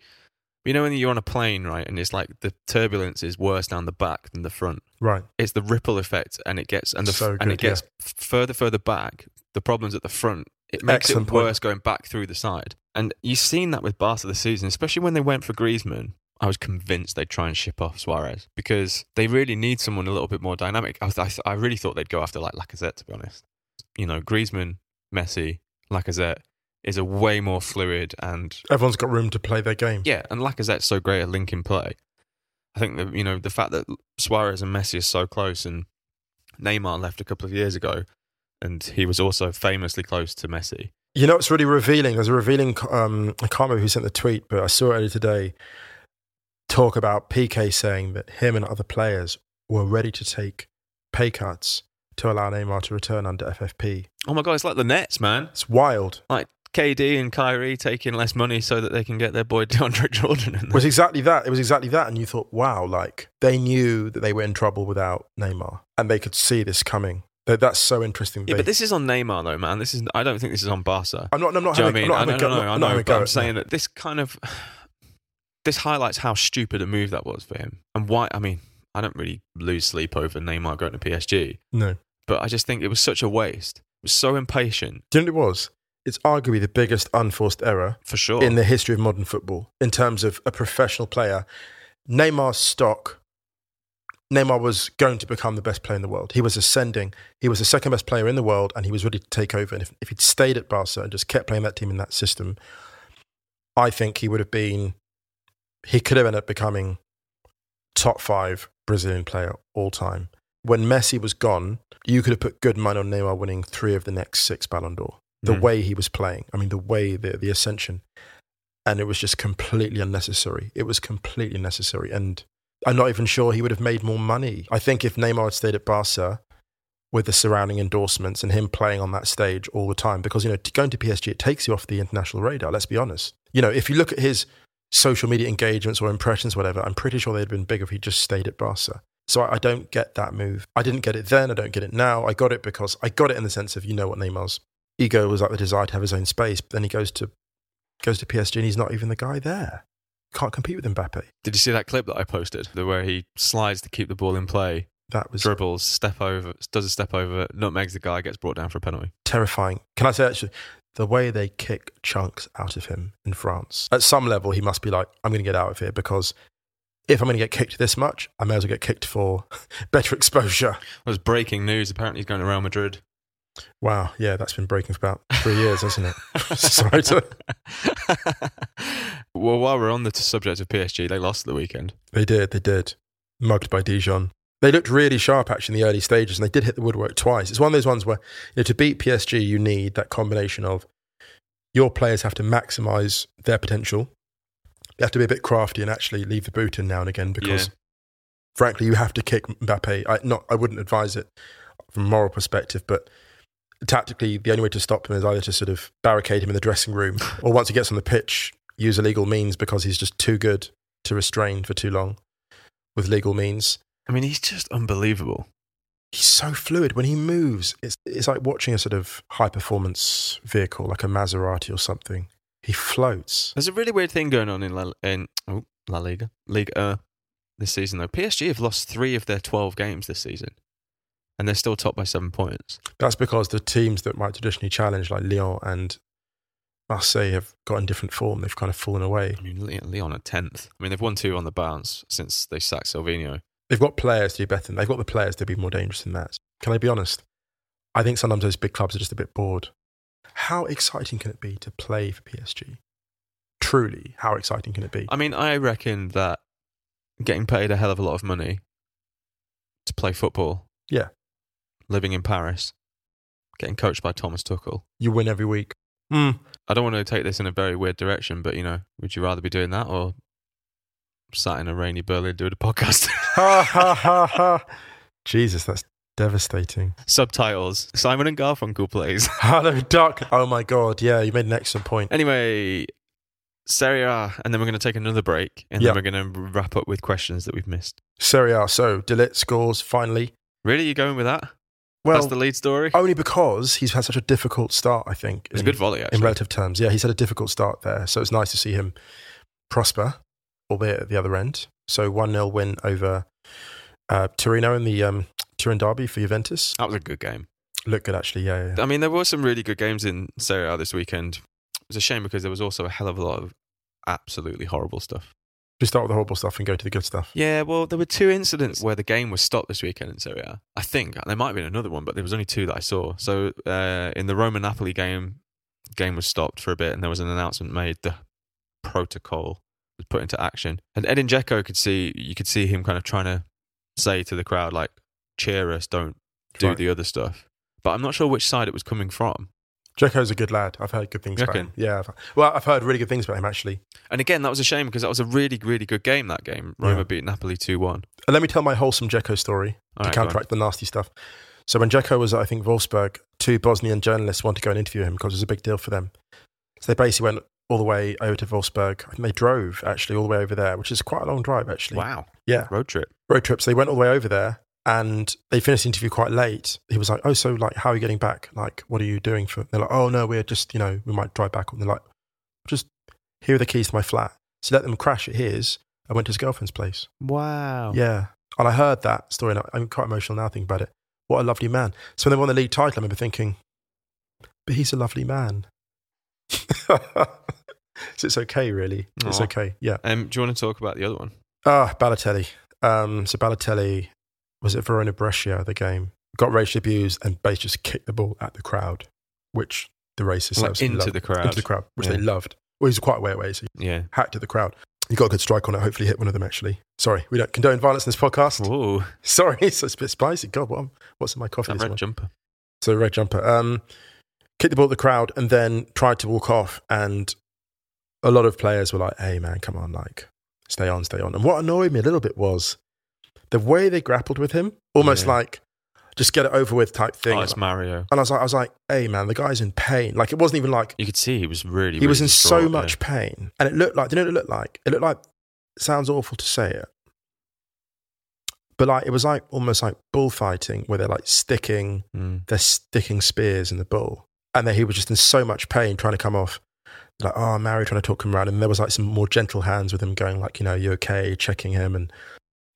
B: You know, when you're on a plane, right, and it's like the turbulence is worse down the back than the front.
A: Right.
B: It's the ripple effect, and it gets and the f-
A: So
B: and it
A: good, yeah.
B: gets f- further further back. The problems at the front. It makes
A: Excellent
B: it
A: point.
B: worse going back through the side. And you've seen that with Barca this season, especially when they went for Griezmann. I was convinced they'd try and ship off Suarez because they really need someone a little bit more dynamic. I, was, I, th- I really thought they'd go after like Lacazette, to be honest. You know, Griezmann, Messi, Lacazette is a way more fluid and
A: Everyone's got room to play their game.
B: yeah, and Lacazette's so great at link in play. I think that you know the fact that Suarez and Messi are so close, and Neymar left a couple of years ago, and he was also famously close to Messi.
A: You know, it's really revealing. There's a revealing, um, I can't remember who sent the tweet, but I saw it earlier today talk about PK saying that him and other players were ready to take pay cuts to allow Neymar to return under FFP.
B: Oh my god, it's like the Nets, man!
A: It's wild.
B: Like KD and Kyrie taking less money so that they can get their boy DeAndre Jordan. In
A: It
B: there.
A: was exactly that. It was exactly that. And you thought, wow, like they knew that they were in trouble without Neymar and they could see this coming. That- That's so interesting. that
B: Yeah,
A: they-
B: but this is on Neymar though, man. This is I don't think this is on Barca.
A: I'm not, I'm not
B: Do you know what I
A: having
B: mean?
A: I'm not
B: I
A: having a
B: don't
A: go-
B: know. I
A: I'm not
B: know,
A: having a go
B: but
A: at
B: I'm
A: them.
B: saying that this kind of this highlights how stupid a move that was for him, and why. I mean, I don't really lose sleep over Neymar going to PSG,
A: No.
B: but I just think it was such a waste. It was so impatient
A: Do you know what it was? It's arguably the biggest unforced error
B: for sure.
A: in the history of modern football in terms of a professional player. Neymar's stock, Neymar was going to become the best player in the world. He was ascending. He was the second best player in the world and he was ready to take over. And if, if he'd stayed at Barca and just kept playing that team in that system, I think he would have been, he could have ended up becoming top five Brazilian player all time. When Messi was gone, you could have put good money on Neymar winning three of the next six Ballon d'Or the
B: Mm.
A: way he was playing. I mean, the way the the ascension, and it was just completely unnecessary. It was completely unnecessary, and I'm not even sure he would have made more money. I think if Neymar had stayed at Barca with the surrounding endorsements and him playing on that stage all the time, because you know to- going to PSG it takes you off the international radar. Let's be honest. You know, if you look at his social media engagements or impressions, whatever, I'm pretty sure they'd have been bigger if he just stayed at Barca. So I I don't get that move. I didn't get it then. I don't get it now. I got it because I got it in the sense of you know what Neymar's ego was like the desire to have his own space. But then he goes to goes to PSG and he's not even the guy there. Can't compete with Mbappe.
B: Did you see that clip that I posted? The where he slides to keep the ball in play,
A: That was
B: dribbles, step over, does a step over, nutmegs the guy, gets brought down for a penalty.
A: terrifying. Can I say actually, the way they kick chunks out of him in France, at some level, he must be like, I'm going to get out of here because if I'm going to get kicked this much, I may as well get kicked for better exposure.
B: That was breaking news. Apparently, he's going to Real Madrid.
A: Wow. Yeah, that's been breaking for about three years, hasn't it? Sorry to-
B: well, while we're on the subject of PSG, they lost at the weekend.
A: They did. They did. Mugged by Dijon. They looked really sharp actually in the early stages, and they did hit the woodwork twice. It's one of those ones where you know, to beat PSG, you need that combination of your players have to maximise their potential. They have to be a bit crafty and actually leave the boot in now and again because,
B: Yeah.
A: frankly, you have to kick Mbappe. I not I wouldn't advise it from a moral perspective, but tactically, the only way to stop him is either to sort of barricade him in the dressing room, or once he gets on the pitch, use illegal means because he's just too good to restrain for too long with legal means.
B: I mean, he's just unbelievable.
A: He's so fluid when he moves. It's it's like watching a sort of high performance vehicle, like a Maserati or something. He floats.
B: There's a really weird thing going on in La, in, oh, La Liga. League uh, this season, though. PSG have lost three of their 12 games this season, and they're still top by seven points.
A: That's because the teams that might traditionally challenge, like Lyon and Marseille, have got in different form. They've kind of fallen away.
B: I mean, Le- Leon are 10th. I mean, they've won two on the bounce since they sacked Silvino.
A: They've got players to be better than. They've got the players to be more dangerous than that. Can I be honest? I think sometimes those big clubs are just a bit bored. How exciting can it be to play for PSG? Truly, how exciting can it be?
B: I mean, I reckon that getting paid a hell of a lot of money to play football.
A: Yeah.
B: Living in Paris, getting coached by Thomas Tuchel.
A: You win every week. Mm.
B: I don't want to take this in a very weird direction, but you know, would you rather be doing that or sat in a rainy Berlin doing a podcast?
A: Ha ha ha ha. Jesus, that's devastating.
B: Subtitles Simon and Garfunkel plays.
A: Hello, Duck. Oh my God. Yeah, you made an excellent point.
B: anyway, Serie A, and then we're going to take another break, and
A: Yeah.
B: then we're going to wrap up with questions that we've missed.
A: Serie A. So, Delit scores finally.
B: Really, you going with that?
A: Well,
B: That's the lead story?
A: only because he's had such a difficult start, I think.
B: it's a
A: in-
B: good volley, actually.
A: in relative terms. Yeah, he's had a difficult start there. So it's nice to see him prosper, albeit at the other end. So 1 0 win over uh, Torino in the um, Turin derby for Juventus.
B: that was a good game.
A: Look good, actually. Yeah, yeah, yeah.
B: I mean, there were some really good games in Serie A this weekend. It was a shame because there was also a hell of a lot of absolutely horrible stuff.
A: We start with the horrible stuff and go to the good stuff.
B: Yeah, well, there were two incidents where the game was stopped this weekend in Serie A. I think there might have been another one, but there was only two that I saw. So uh, in the Roma Napoli game, game was stopped for a bit, and there was an announcement made. The protocol was put into action, and Edin Dzeko could see you could see him kind of trying to say to the crowd like, "Cheer us, don't do
A: Right.
B: the other stuff." But I'm not sure which side it was coming from.
A: Dzeko's a good lad. I've heard good things
B: You
A: about him.
B: reckon?
A: Yeah. I've, well, I've heard really good things about him, actually.
B: And again, that was a shame because that was a really, really good game. That game, Roma
A: Yeah.
B: beat Napoli two one.
A: And let me tell my wholesome Dzeko story. to counteract the nasty stuff. So when Jeko was at, I think, Wolfsburg, two Bosnian journalists wanted to go and interview him because it was a big deal for them. So they basically went all the way over to Wolfsburg and they drove actually all the way over there, which is quite a long drive actually.
B: Wow,
A: Yeah.
B: road trip.
A: Road trips. They went all the way over there and they finished the interview quite late. He was like, Oh, so like, how are you getting back? Like, what are you doing for? They're like, Oh, no, we're just, you know, we might drive back. And they're like, Just here are the keys to my flat. So let them crash at his. I went to his girlfriend's place.
B: Wow.
A: Yeah. And I heard that story and I- I'm quite emotional now thinking about it. What a lovely man. So when they won the league title, I remember thinking, but he's a lovely man. so it's okay, really. It's
B: Aw.
A: okay. Yeah.
B: Um, do you want to talk about the other one?
A: Ah, Balotelli. Um, so Balotelli was at Verona Brescia, the game, got racially abused and basically just kicked the ball at the crowd, which the racists
B: Like
A: absolutely
B: into
A: loved.
B: the crowd.
A: Into the crowd, which they
B: Yeah.
A: loved. Well, he was quite a way away, so he
B: Yeah.
A: hacked at the crowd. He got a good strike on it, hopefully hit one of them, actually. Sorry, we don't condone violence in this podcast.
B: Whoa,
A: Sorry, it's a bit spicy. God, what, what's in my coffee?
B: that
A: This
B: red
A: morning?
B: jumper.
A: so red jumper. Um, kicked the ball at the crowd and then tried to walk off. And a lot of players were like, "Hey, man, come on, like, stay on, stay on." And what annoyed me a little bit was the way they grappled with him, almost
B: Yeah.
A: like just get it over with type thing.
B: Oh, it's Mario.
A: and I was like, I was like, "Hey, man, the guy's in pain." Like, it wasn't even like
B: You could see he was really.
A: he was
B: really
A: in so
B: distraught,
A: much
B: yeah.
A: pain, and it looked like. Do you know what it looked like? It looked like. It sounds awful to say it, but like it was like almost like bullfighting, where they're like sticking,
B: Mm.
A: they're sticking spears in the bull, and then he was just in so much pain trying to come off. Like, oh, Mary trying to talk him around, and there was like some more gentle hands with him going, like, you know, you okay, checking him, and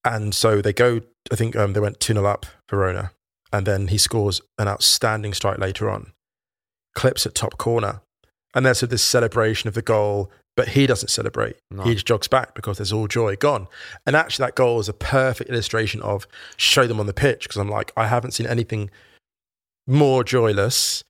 A: and so they go. I think um, they went two 0 up Verona, and then he scores an outstanding strike later on, clips at top corner, and there's sort of this celebration of the goal, but he doesn't celebrate.
B: No.
A: He just jogs back because there's all joy gone. And actually, that goal is a perfect illustration of show them on the pitch because I'm like, I haven't seen anything more joyless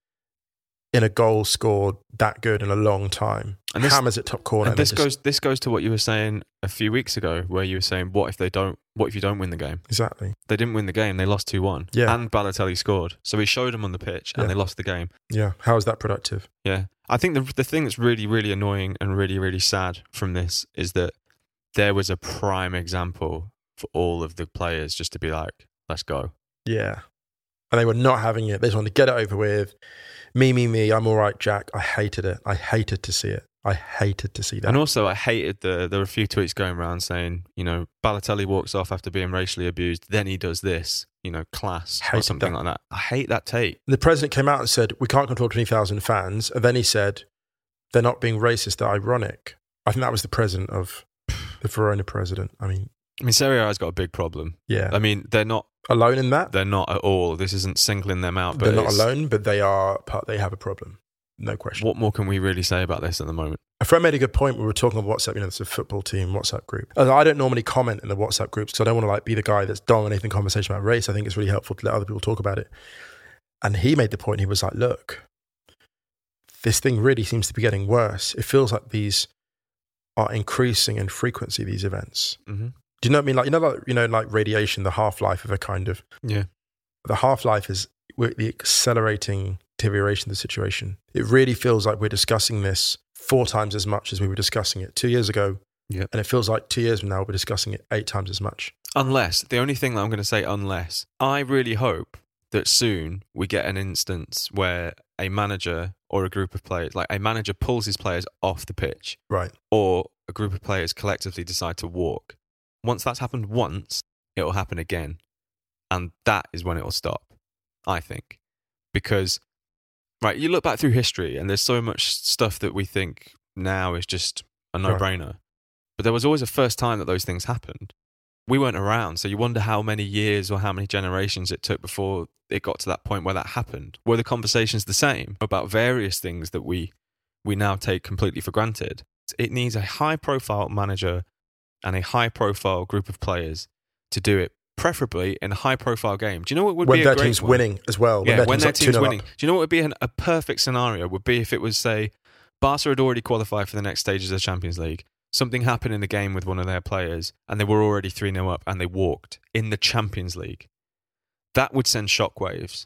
A: in a goal scored that good in a long time.
B: And this-
A: Hammers at top corner.
B: And
A: they
B: this
A: just-
B: goes. This goes to what you were saying a few weeks ago, where you were saying, "What if they don't? What if you don't win the game?
A: exactly.
B: They didn't win the game. They lost two one.
A: Yeah.
B: And Balotelli scored, so he showed them on the pitch, and
A: Yeah.
B: they lost the game.
A: Yeah. How is that productive?
B: Yeah. I think the the thing that's really really annoying and really really sad from this is that there was a prime example for all of the players just to be like, "Let's go."
A: Yeah. And they were not having it. They just wanted to get it over with. Me, me, me. I'm all right, Jack. I hated it. I hated to see it. I hated to see that.
B: And also, I hated the there were a few tweets going around saying, you know, Balotelli walks off after being racially abused, then he does this, you know, class or
A: Hated
B: something
A: that.
B: like that. I hate that take.
A: the president came out and said, We can't control 20,000 fans. And then he said, They're not being racist, they're ironic. I think that was the president of the Verona president. I mean,
B: I mean, Serie A's got a big problem.
A: yeah.
B: I mean, they're not
A: alone in that?
B: they're not at all. This isn't singling them out, but
A: They're not
B: it's-
A: alone, but they are part, they have a problem. No question.
B: What more can we really say about this at the moment?
A: A friend made a good point. We were talking on WhatsApp, you know, it's a football team WhatsApp group. And I don't normally comment in the WhatsApp groups because I don't want to like be the guy that's dominating the conversation about race. I think it's really helpful to let other people talk about it. And he made the point. He was like, look, this thing really seems to be getting worse. It feels like these are increasing in frequency, these events.
B: Mm-hmm.
A: Do you know what I mean? Like, you know, like, you know, like radiation, the half-life of a kind of,
B: Yeah.
A: the half-life is we're the accelerating deterioration of the situation. It really feels like we're discussing this four times as much as we were discussing it two years ago.
B: Yep.
A: And it feels like two years from now, we're discussing it eight times as much.
B: Unless, the only thing that I'm going to say, unless, I really hope that soon we get an instance where a manager or a group of players, like a manager pulls his players off the pitch
A: Right.
B: or a group of players collectively decide to walk. Once that's happened once, it will happen again. And that is when it will stop, I think. Because, right, you look back through history and there's so much stuff that we think now is just a no
A: Right.
B: brainer. But there was always a first time that those things happened. We weren't around. So you wonder how many years or how many generations it took before it got to that point where that happened. Were the conversations the same about various things that we we now take completely for granted. It needs a high profile manager and a high profile group of players to do it, preferably in a high profile game. Do you know what would
A: when
B: be
A: their
B: a great
A: team's
B: one?
A: winning as well.
B: Yeah, when their
A: like
B: team's
A: 2-0 up.
B: winning. Do you know what would be an, a perfect scenario? Would be if it was, say, Barca had already qualified for the next stages of the Champions League. Something happened in the game with one of their players and they were already 3 0 up and they walked in the Champions League. That would send shockwaves.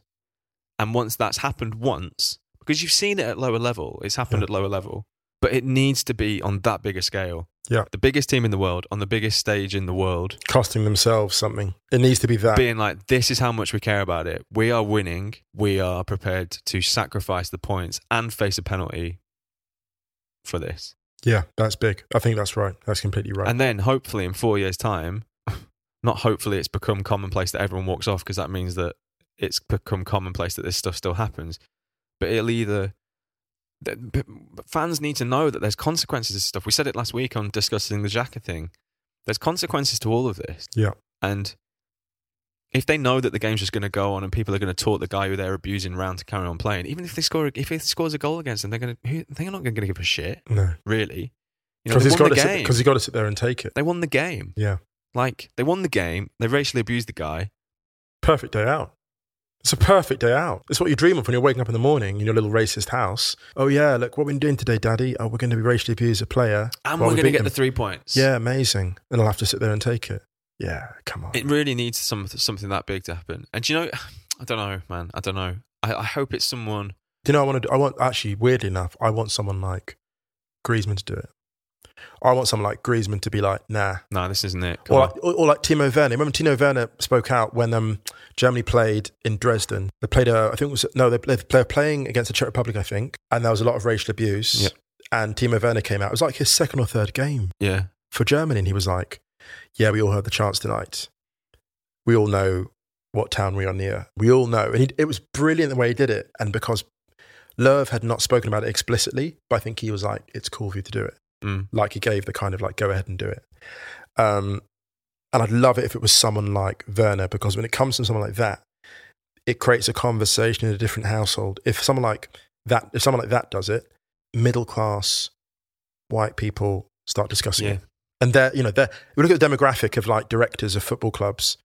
B: And once that's happened once, because you've seen it at lower level, it's happened
A: Yeah.
B: at lower level, but it needs to be on that bigger scale.
A: Yeah.
B: The biggest team in the world, on the biggest stage in the world,
A: Costing themselves something. It needs to be that.
B: being like, this is how much we care about it. We are winning. We are prepared to sacrifice the points and face a penalty for this.
A: yeah, that's big. I think that's right. That's completely right.
B: And then hopefully in four years' time, not hopefully it's become commonplace that everyone walks off because that means that it's become commonplace that this stuff still happens. But it'll either. th- but Fans need to know that there's consequences to stuff. We said it last week on discussing the Xhaka thing. There's consequences to all of this.
A: Yeah.
B: And if they know that the game's just going to go on and people are going to talk the guy who they're abusing round to carry on playing, even if they score, if he scores a goal against them, they're going to, they're not going to give a shit,
A: no.
B: really. You know,
A: Because
B: they
A: he's
B: won
A: got
B: the
A: to
B: game.
A: sit, 'cause he's got to sit there and take it.
B: They won the game.
A: Yeah.
B: Like they won the game. They racially abused the guy.
A: Perfect day out. It's a perfect day out. It's what you dream of when you're waking up in the morning in your little racist house. Oh, yeah, look, what we're doing today, Daddy. Oh, we're going to be racially abuse a player.
B: And
A: Well, we
B: we're going to
A: beat
B: get
A: them.
B: the three points.
A: Yeah, amazing. And I'll have to sit there and take it. Yeah, come on.
B: It really needs some something that big to happen. And do you know, I don't know, man. I don't know. I, I hope it's someone.
A: Do you know what I want to do? I want, actually, weirdly enough, I want someone like Griezmann to do it. I want someone like Griezmann to be like, nah.
B: No, this isn't it. Come
A: Or
B: on.
A: like, or, or like Timo Werner. Remember Timo Werner spoke out when um, Germany played in Dresden. They played a, I think it was, no, they, they, they were playing against the Czech Republic, I think. And there was a lot of racial abuse.
B: Yep.
A: And Timo Werner came out. It was like his second or third game
B: yeah,
A: for Germany. And he was like, Yeah, we all heard the chants tonight. We all know what town we are near. We all know. And he, it was brilliant the way he did it. And because Lerv had not spoken about it explicitly, but I think he was like, It's cool for you to do it.
B: Mm.
A: Like he gave the kind of like, Go ahead and do it. Um, and I'd love it if it was someone like Werner, because when it comes from someone like that, it creates a conversation in a different household. If someone like that, if someone like that does it, middle class white people start discussing
B: Yeah.
A: it. And they're, you know, they're, we look at the demographic of like directors of football clubs,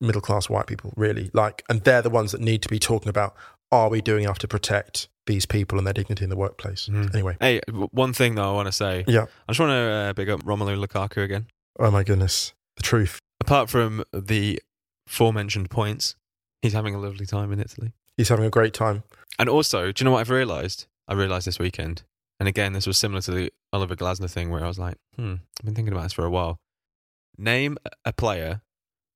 A: middle class white people, really. Like, and they're the ones that need to be talking about are we doing enough to protect these people and their dignity in the workplace?
B: Mhm.
A: Anyway,
B: Hey, w- one thing though, I want to say.
A: Yeah.
B: I just want to uh, big up Romelu Lukaku again.
A: oh my goodness, the truth.
B: Apart from the aforementioned points, he's having a lovely time in Italy.
A: He's having a great time.
B: And also, do you know what I've realised? I realised this weekend, and again, this was similar to the Oliver Glasner thing where I was like, hmm, I've been thinking about this for a while. Name a player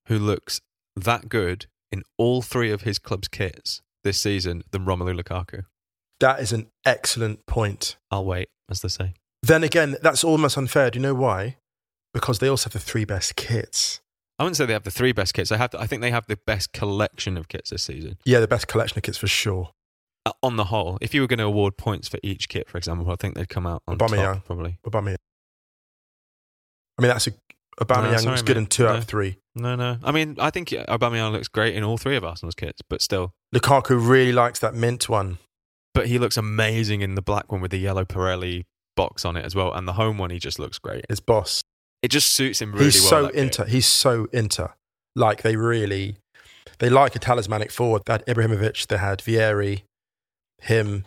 B: who looks that good in all three of his club's kits this season than Romelu Lukaku.
A: That is an excellent point.
B: I'll wait, as they say.
A: Then again, that's almost unfair. Do you know why? Because they also have the three best kits.
B: I wouldn't say they have the three best kits. I have. I think they have the best collection of kits this season
A: Yeah, the best collection of kits for sure.
B: uh, on the whole. If you were going to award points for each kit, for example, I think they'd come out on
A: Aubameyang.
B: top probably.
A: Aubameyang. I mean, that's a Aubameyang
B: No, sorry,
A: was good
B: mate.
A: in two out of
B: No.
A: three.
B: No, no. I mean, I think Aubameyang looks great in all three of Arsenal's kits, but still,
A: Lukaku really likes that mint one.
B: but he looks amazing in the black one with the yellow Pirelli box on it as well, and the home one he just looks great.
A: His boss.
B: It just suits him really
A: he's
B: well.
A: so
B: that kit.
A: inter. He's so inter. Like they really, they like a talismanic forward. They had Ibrahimovic. They had Vieri, him.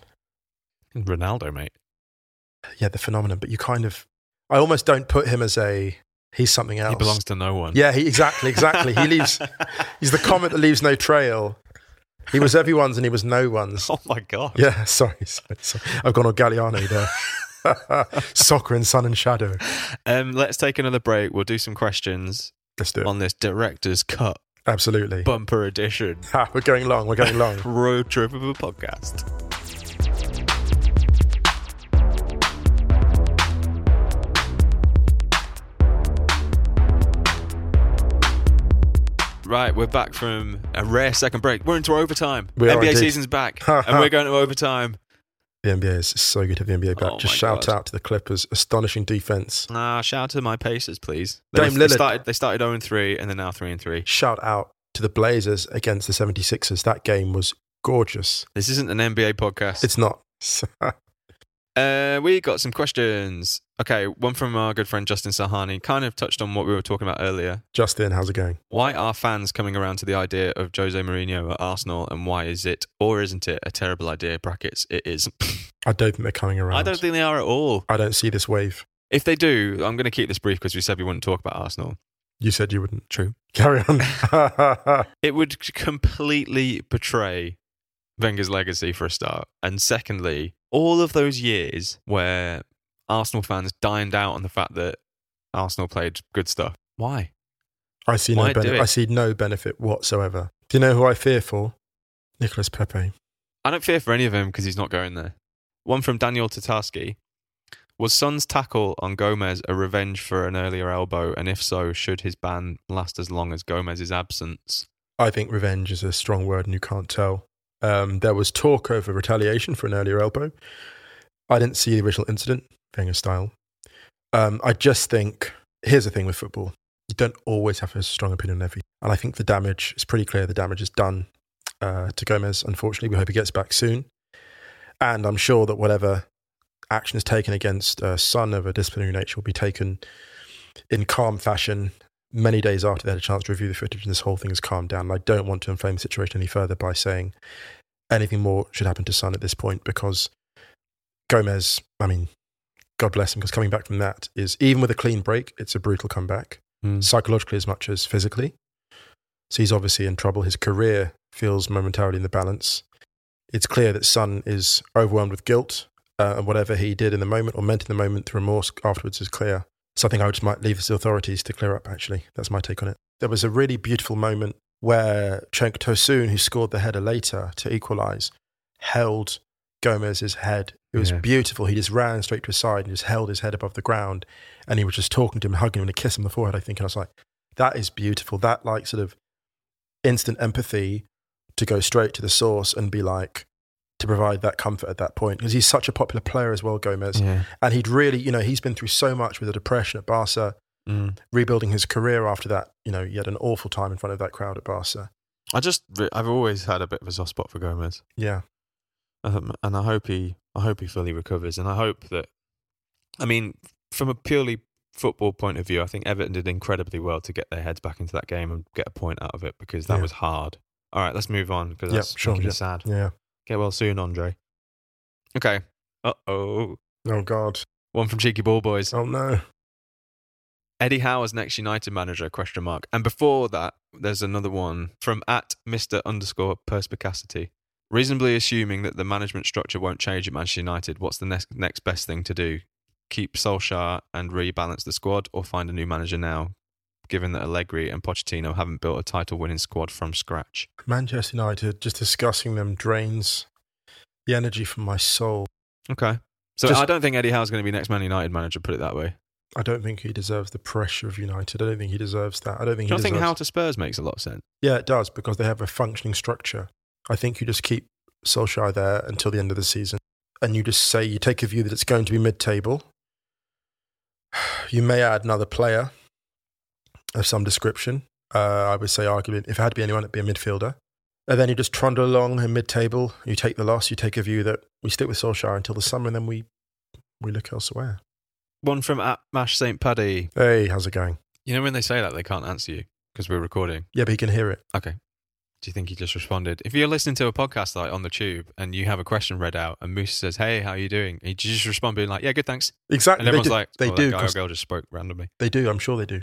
B: Ronaldo, mate.
A: Yeah, the phenomenon. But you kind of, I almost don't put him as a. He's something else.
B: He belongs to no one.
A: Yeah, he, exactly, exactly. he leaves. He's the comet that leaves no trail. He was everyone's and he was no one's.
B: Oh my god.
A: Yeah, sorry, sorry, sorry. I've gone on Galliano there. Soccer in sun and shadow.
B: Um, let's take another break. We'll do some questions
A: Let's do it.
B: on this director's cut
A: Absolutely.
B: bumper edition
A: Ha, we're going long. We're going long.
B: road trip of a podcast. Right, we're back from a rare second break. We're into overtime.
A: We are
B: NBA
A: indeed.
B: season's back, and we're going to overtime.
A: the NBA is so good to have the NBA back.
B: Oh
A: Just
B: my
A: shout
B: God.
A: out to the Clippers. Astonishing defense.
B: Ah, shout out to my Pacers, please.
A: Dame
B: they, they
A: Lillard.
B: started. They started zero and three, and they're now three and three.
A: Shout out to the Blazers against the 76ers. That game was gorgeous.
B: This isn't an NBA podcast.
A: It's not.
B: Uh, we got some questions. Okay, one from our good friend Justin Sahani. Kind of touched on what we were talking about earlier.
A: Justin, how's it going?
B: Why are fans coming around to the idea of Jose Mourinho at Arsenal, and why is it or isn't it a terrible idea? Brackets, it is.
A: I don't think they're coming around.
B: I don't think they are at all.
A: I don't see this wave.
B: If they do, I'm going to keep this brief because we said we wouldn't talk about Arsenal.
A: You said you wouldn't.
B: True.
A: Carry on.
B: It would completely betray Wenger's legacy for a start, and secondly, all of those years where Arsenal fans dined out on the fact that Arsenal played good stuff. Why?
A: I see
B: Why
A: no
B: do
A: benefit.
B: it?
A: I see no benefit whatsoever. Do you know who I fear for? Nicholas Pepe.
B: I don't fear for any of them because he's not going there. One from Daniel Tatarski. Was Son's tackle on Gomez a revenge for an earlier elbow? And if so, should his ban last as long as Gomez's absence?
A: I think revenge is a strong word, and you can't tell. Um, there was talk over retaliation for an earlier elbow. I didn't see the original incident, Wenger style. Um, I just think here's the thing with football: you don't always have a strong opinion on everything, and I think the damage is pretty clear. The damage is done uh, to Gomez. Unfortunately, we hope he gets back soon, and I'm sure that whatever action is taken against uh, Son of a disciplinary nature will be taken in calm fashion many days after they had a chance to review the footage and this whole thing has calmed down. And I don't want to inflame the situation any further by saying anything more should happen to Son at this point because Gomez, I mean, God bless him, because coming back from that is, even with a clean break, it's a brutal comeback, psychologically as much as physically. So he's obviously in trouble. His career feels momentarily in the balance. It's clear that Son is overwhelmed with guilt, uh, and whatever he did in the moment or meant in the moment, the remorse afterwards is clear. So I think I just might leave this to authorities to clear up, actually. That's my take on it. There was a really beautiful moment where Cenk Tosun, who scored the header later to equalise, held Gomez's head. It was
B: Yeah.
A: beautiful. He just ran straight to his side and just held his head above the ground. And he was just talking to him, hugging him, and a kiss on the forehead, I think. And I was like, that is beautiful. That, like, sort of instant empathy to go straight to the source and be like, to provide that comfort at that point. Because he's such a popular player as well, Gomez.
B: Yeah.
A: And he'd really, you know, he's been through so much with the depression at Barca,
B: mm.
A: rebuilding his career after that. You know, he had an awful time in front of that crowd at Barca.
B: I just, I've always had a bit of a soft spot for Gomez.
A: Yeah.
B: um, and I hope he I hope he fully recovers and I hope that I mean from a purely football point of view I think Everton did incredibly well to get their heads back into that game and get a point out of it because that
A: Yeah.
B: was hard all right let's move on because
A: Yeah,
B: that's
A: sure,
B: making me
A: yeah.
B: sad
A: Yeah.
B: get well soon Andre okay uh oh
A: Oh, God.
B: one from Cheeky Ball Boys
A: Oh, no.
B: Eddie Howe as next United manager? Question mark. And before that, there's another one from at Mister underscore Perspicacity. Reasonably assuming that the management structure won't change at Manchester United, what's the next next best thing to do? Keep Solskjaer and rebalance the squad, or find a new manager now? Given that Allegri and Pochettino haven't built a title-winning squad from scratch.
A: Manchester United, just discussing them drains the energy from my soul.
B: Okay. So
A: Just-
B: I don't think Eddie Howe's going to be next Man United manager, put it that way.
A: I don't think he deserves the pressure of United. I don't think he deserves that. I don't think
B: Do
A: he
B: you not think
A: deserves.
B: Howe to Spurs makes a lot of sense?
A: yeah, it does because they have a functioning structure. I think you just keep Solskjaer there until the end of the season, and you just say you take a view that it's going to be mid-table. You may add another player of some description. Uh, I would say, arguably, if it had to be anyone, it'd be a midfielder. And then you just trundle along in mid-table. You take the loss. You take a view that we stick with Solskjaer until the summer, and then we we look elsewhere.
B: One from at Mash St. Paddy.
A: Hey, how's it going?
B: You know when they say that, they can't answer you because we're recording.
A: Yeah, but he can hear it.
B: Okay. Do you think he just responded? If you're listening to a podcast like on the tube and you have a question read out and Moose says, Hey, how you doing? And you just respond being like, Yeah, good, thanks.
A: Exactly.
B: And everyone's
A: they do,
B: like,
A: they
B: oh,
A: do.
B: That guy or
A: 'cause
B: girl just spoke randomly.
A: They do. I'm sure they do.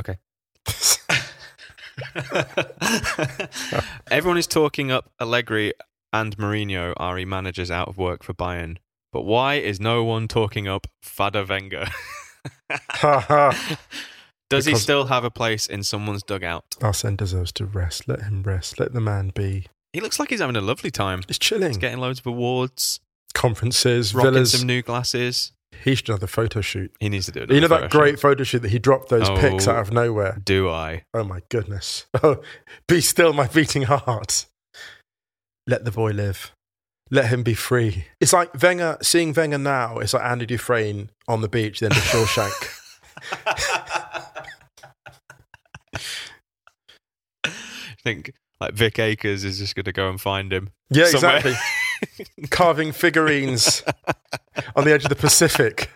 B: Okay. Everyone is talking up Allegri and Mourinho are he managers out of work for Bayern. But why is no one talking up Fada Wenger?
A: ha ha.
B: Does he
A: Because-
B: still have a place in someone's dugout?
A: Arsene deserves to rest. Let him rest. Let the man be.
B: He looks like he's having a lovely time.
A: It's chilling.
B: He's getting loads of awards,
A: Conferences,
B: rocking
A: Hmm. villas.
B: some new glasses.
A: he should have the photo shoot.
B: He needs to do it.
A: You know that great photo shoot that he dropped those
B: Oh.
A: pics out of nowhere?
B: Do I?
A: Oh my goodness. Oh, be still my beating heart. Let the boy live. Let him be free. It's like Wenger, seeing Wenger now, it's like Andy Dufresne on the beach, then the Shawshank.
B: I think like Vic Akers is just going to go and find him.
A: Yeah,
B: Somewhere.
A: exactly. Carving figurines on the edge of the Pacific.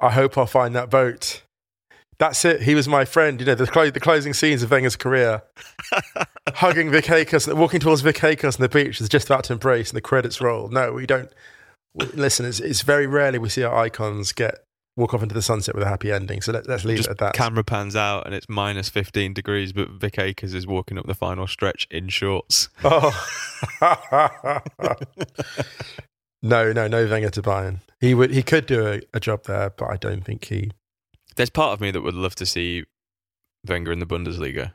A: I hope I'll find that boat. That's it. He was my friend. You know, the, clo- the closing scenes of Wenger's career. Hugging Vic Akers, walking towards Vic Akers on the beach is just about to embrace and the credits roll. No, we don't. we- listen, it's, it's very rarely we see our icons get walk off into the sunset with a happy ending. So let, let's leave
B: just
A: it at that.
B: camera pans out and it's minus 15 degrees, but Vic Akers is walking up the final stretch in shorts.
A: Oh. no, no, no Wenger to Bayern. He would he could do a, a job there, but I don't think he
B: There's part of me that would love to see Wenger in the Bundesliga.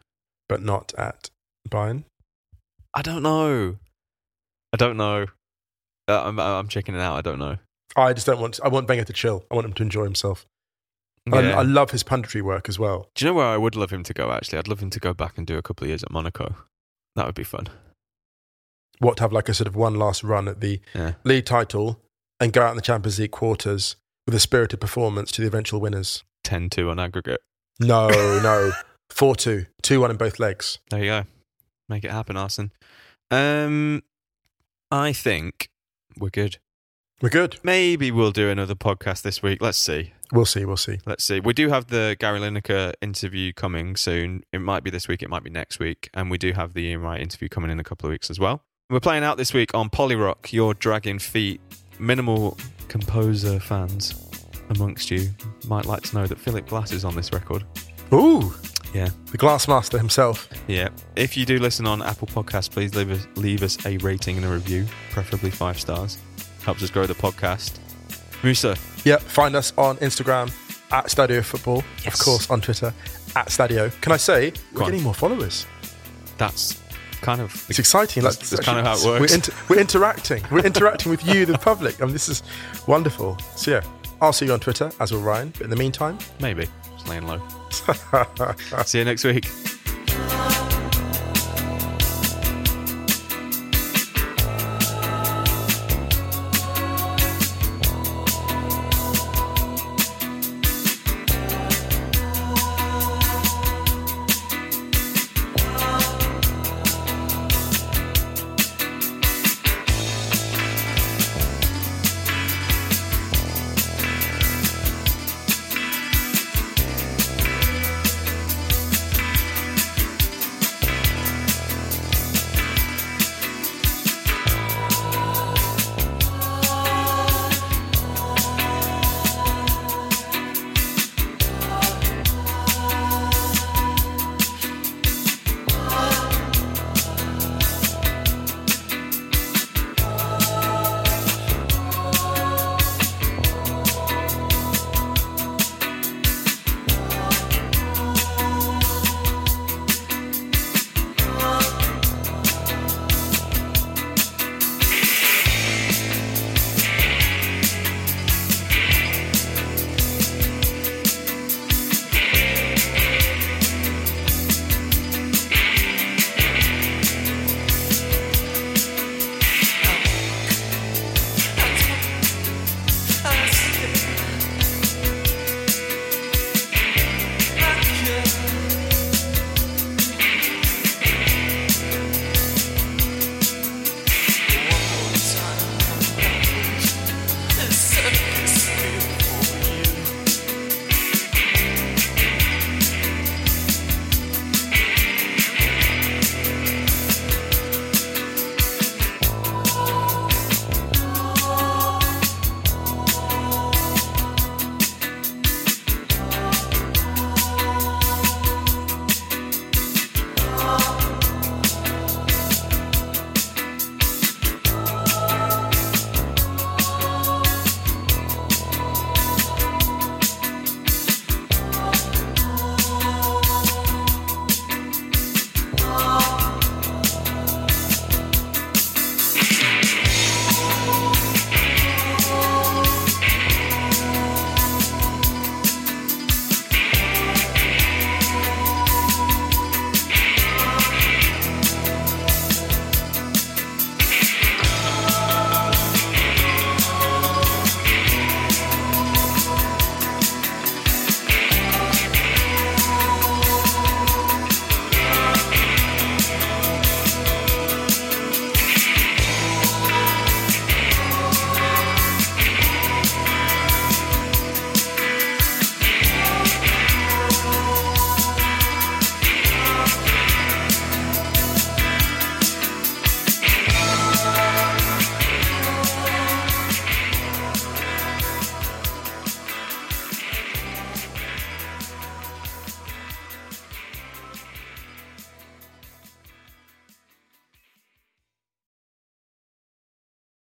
A: but not at Bayern.
B: I don't know. I don't know. Uh, I'm, I'm checking it out. I don't know.
A: I just don't want I want Wenger to chill. I want him to enjoy himself. And
B: Yeah.
A: I, I love his punditry work as well.
B: Do you know where I would love him to go? Actually, I'd love him to go back and do a couple of years at Monaco. That would be fun.
A: What to have like a sort of one last run at the
B: Yeah.
A: league title and go out in the Champions League quarters with a spirited performance to the eventual winners.
B: 10-2 on aggregate.
A: No, no. 4-2, 2-1 in both legs.
B: There you go. Make it happen, Arson. Um, I think we're good.
A: We're good.
B: Maybe we'll do another podcast this week. Let's see.
A: We'll see, we'll see.
B: Let's see. We do have the Gary Lineker interview coming soon. It might be this week, it might be next week. And we do have the Ian Wright interview coming in a couple of weeks as well. We're playing out this week on Polyrock, your dragging feet. Minimal composer fans amongst you might like to know that Philip Glass is on this record.
A: Ooh.
B: Yeah.
A: The glass master himself.
B: Yeah. If you do listen on Apple Podcasts, please leave us leave us a rating and a review, preferably five stars. Helps us grow the podcast. Musa,
A: Yep. Find us on Instagram at Stadio Football.
B: Yes.
A: Of course, on Twitter at Stadio. Can I say we're
B: on.
A: getting more followers?
B: that's kind of
A: It's exciting. Like,
B: That's- that's kind of how it works.
A: We're, inter- we're interacting. We're interacting with you, the public. I mean, this is wonderful. So yeah, I'll see you on Twitter as will Ryan. But in the meantime,
B: maybe. Just laying low. See you next week.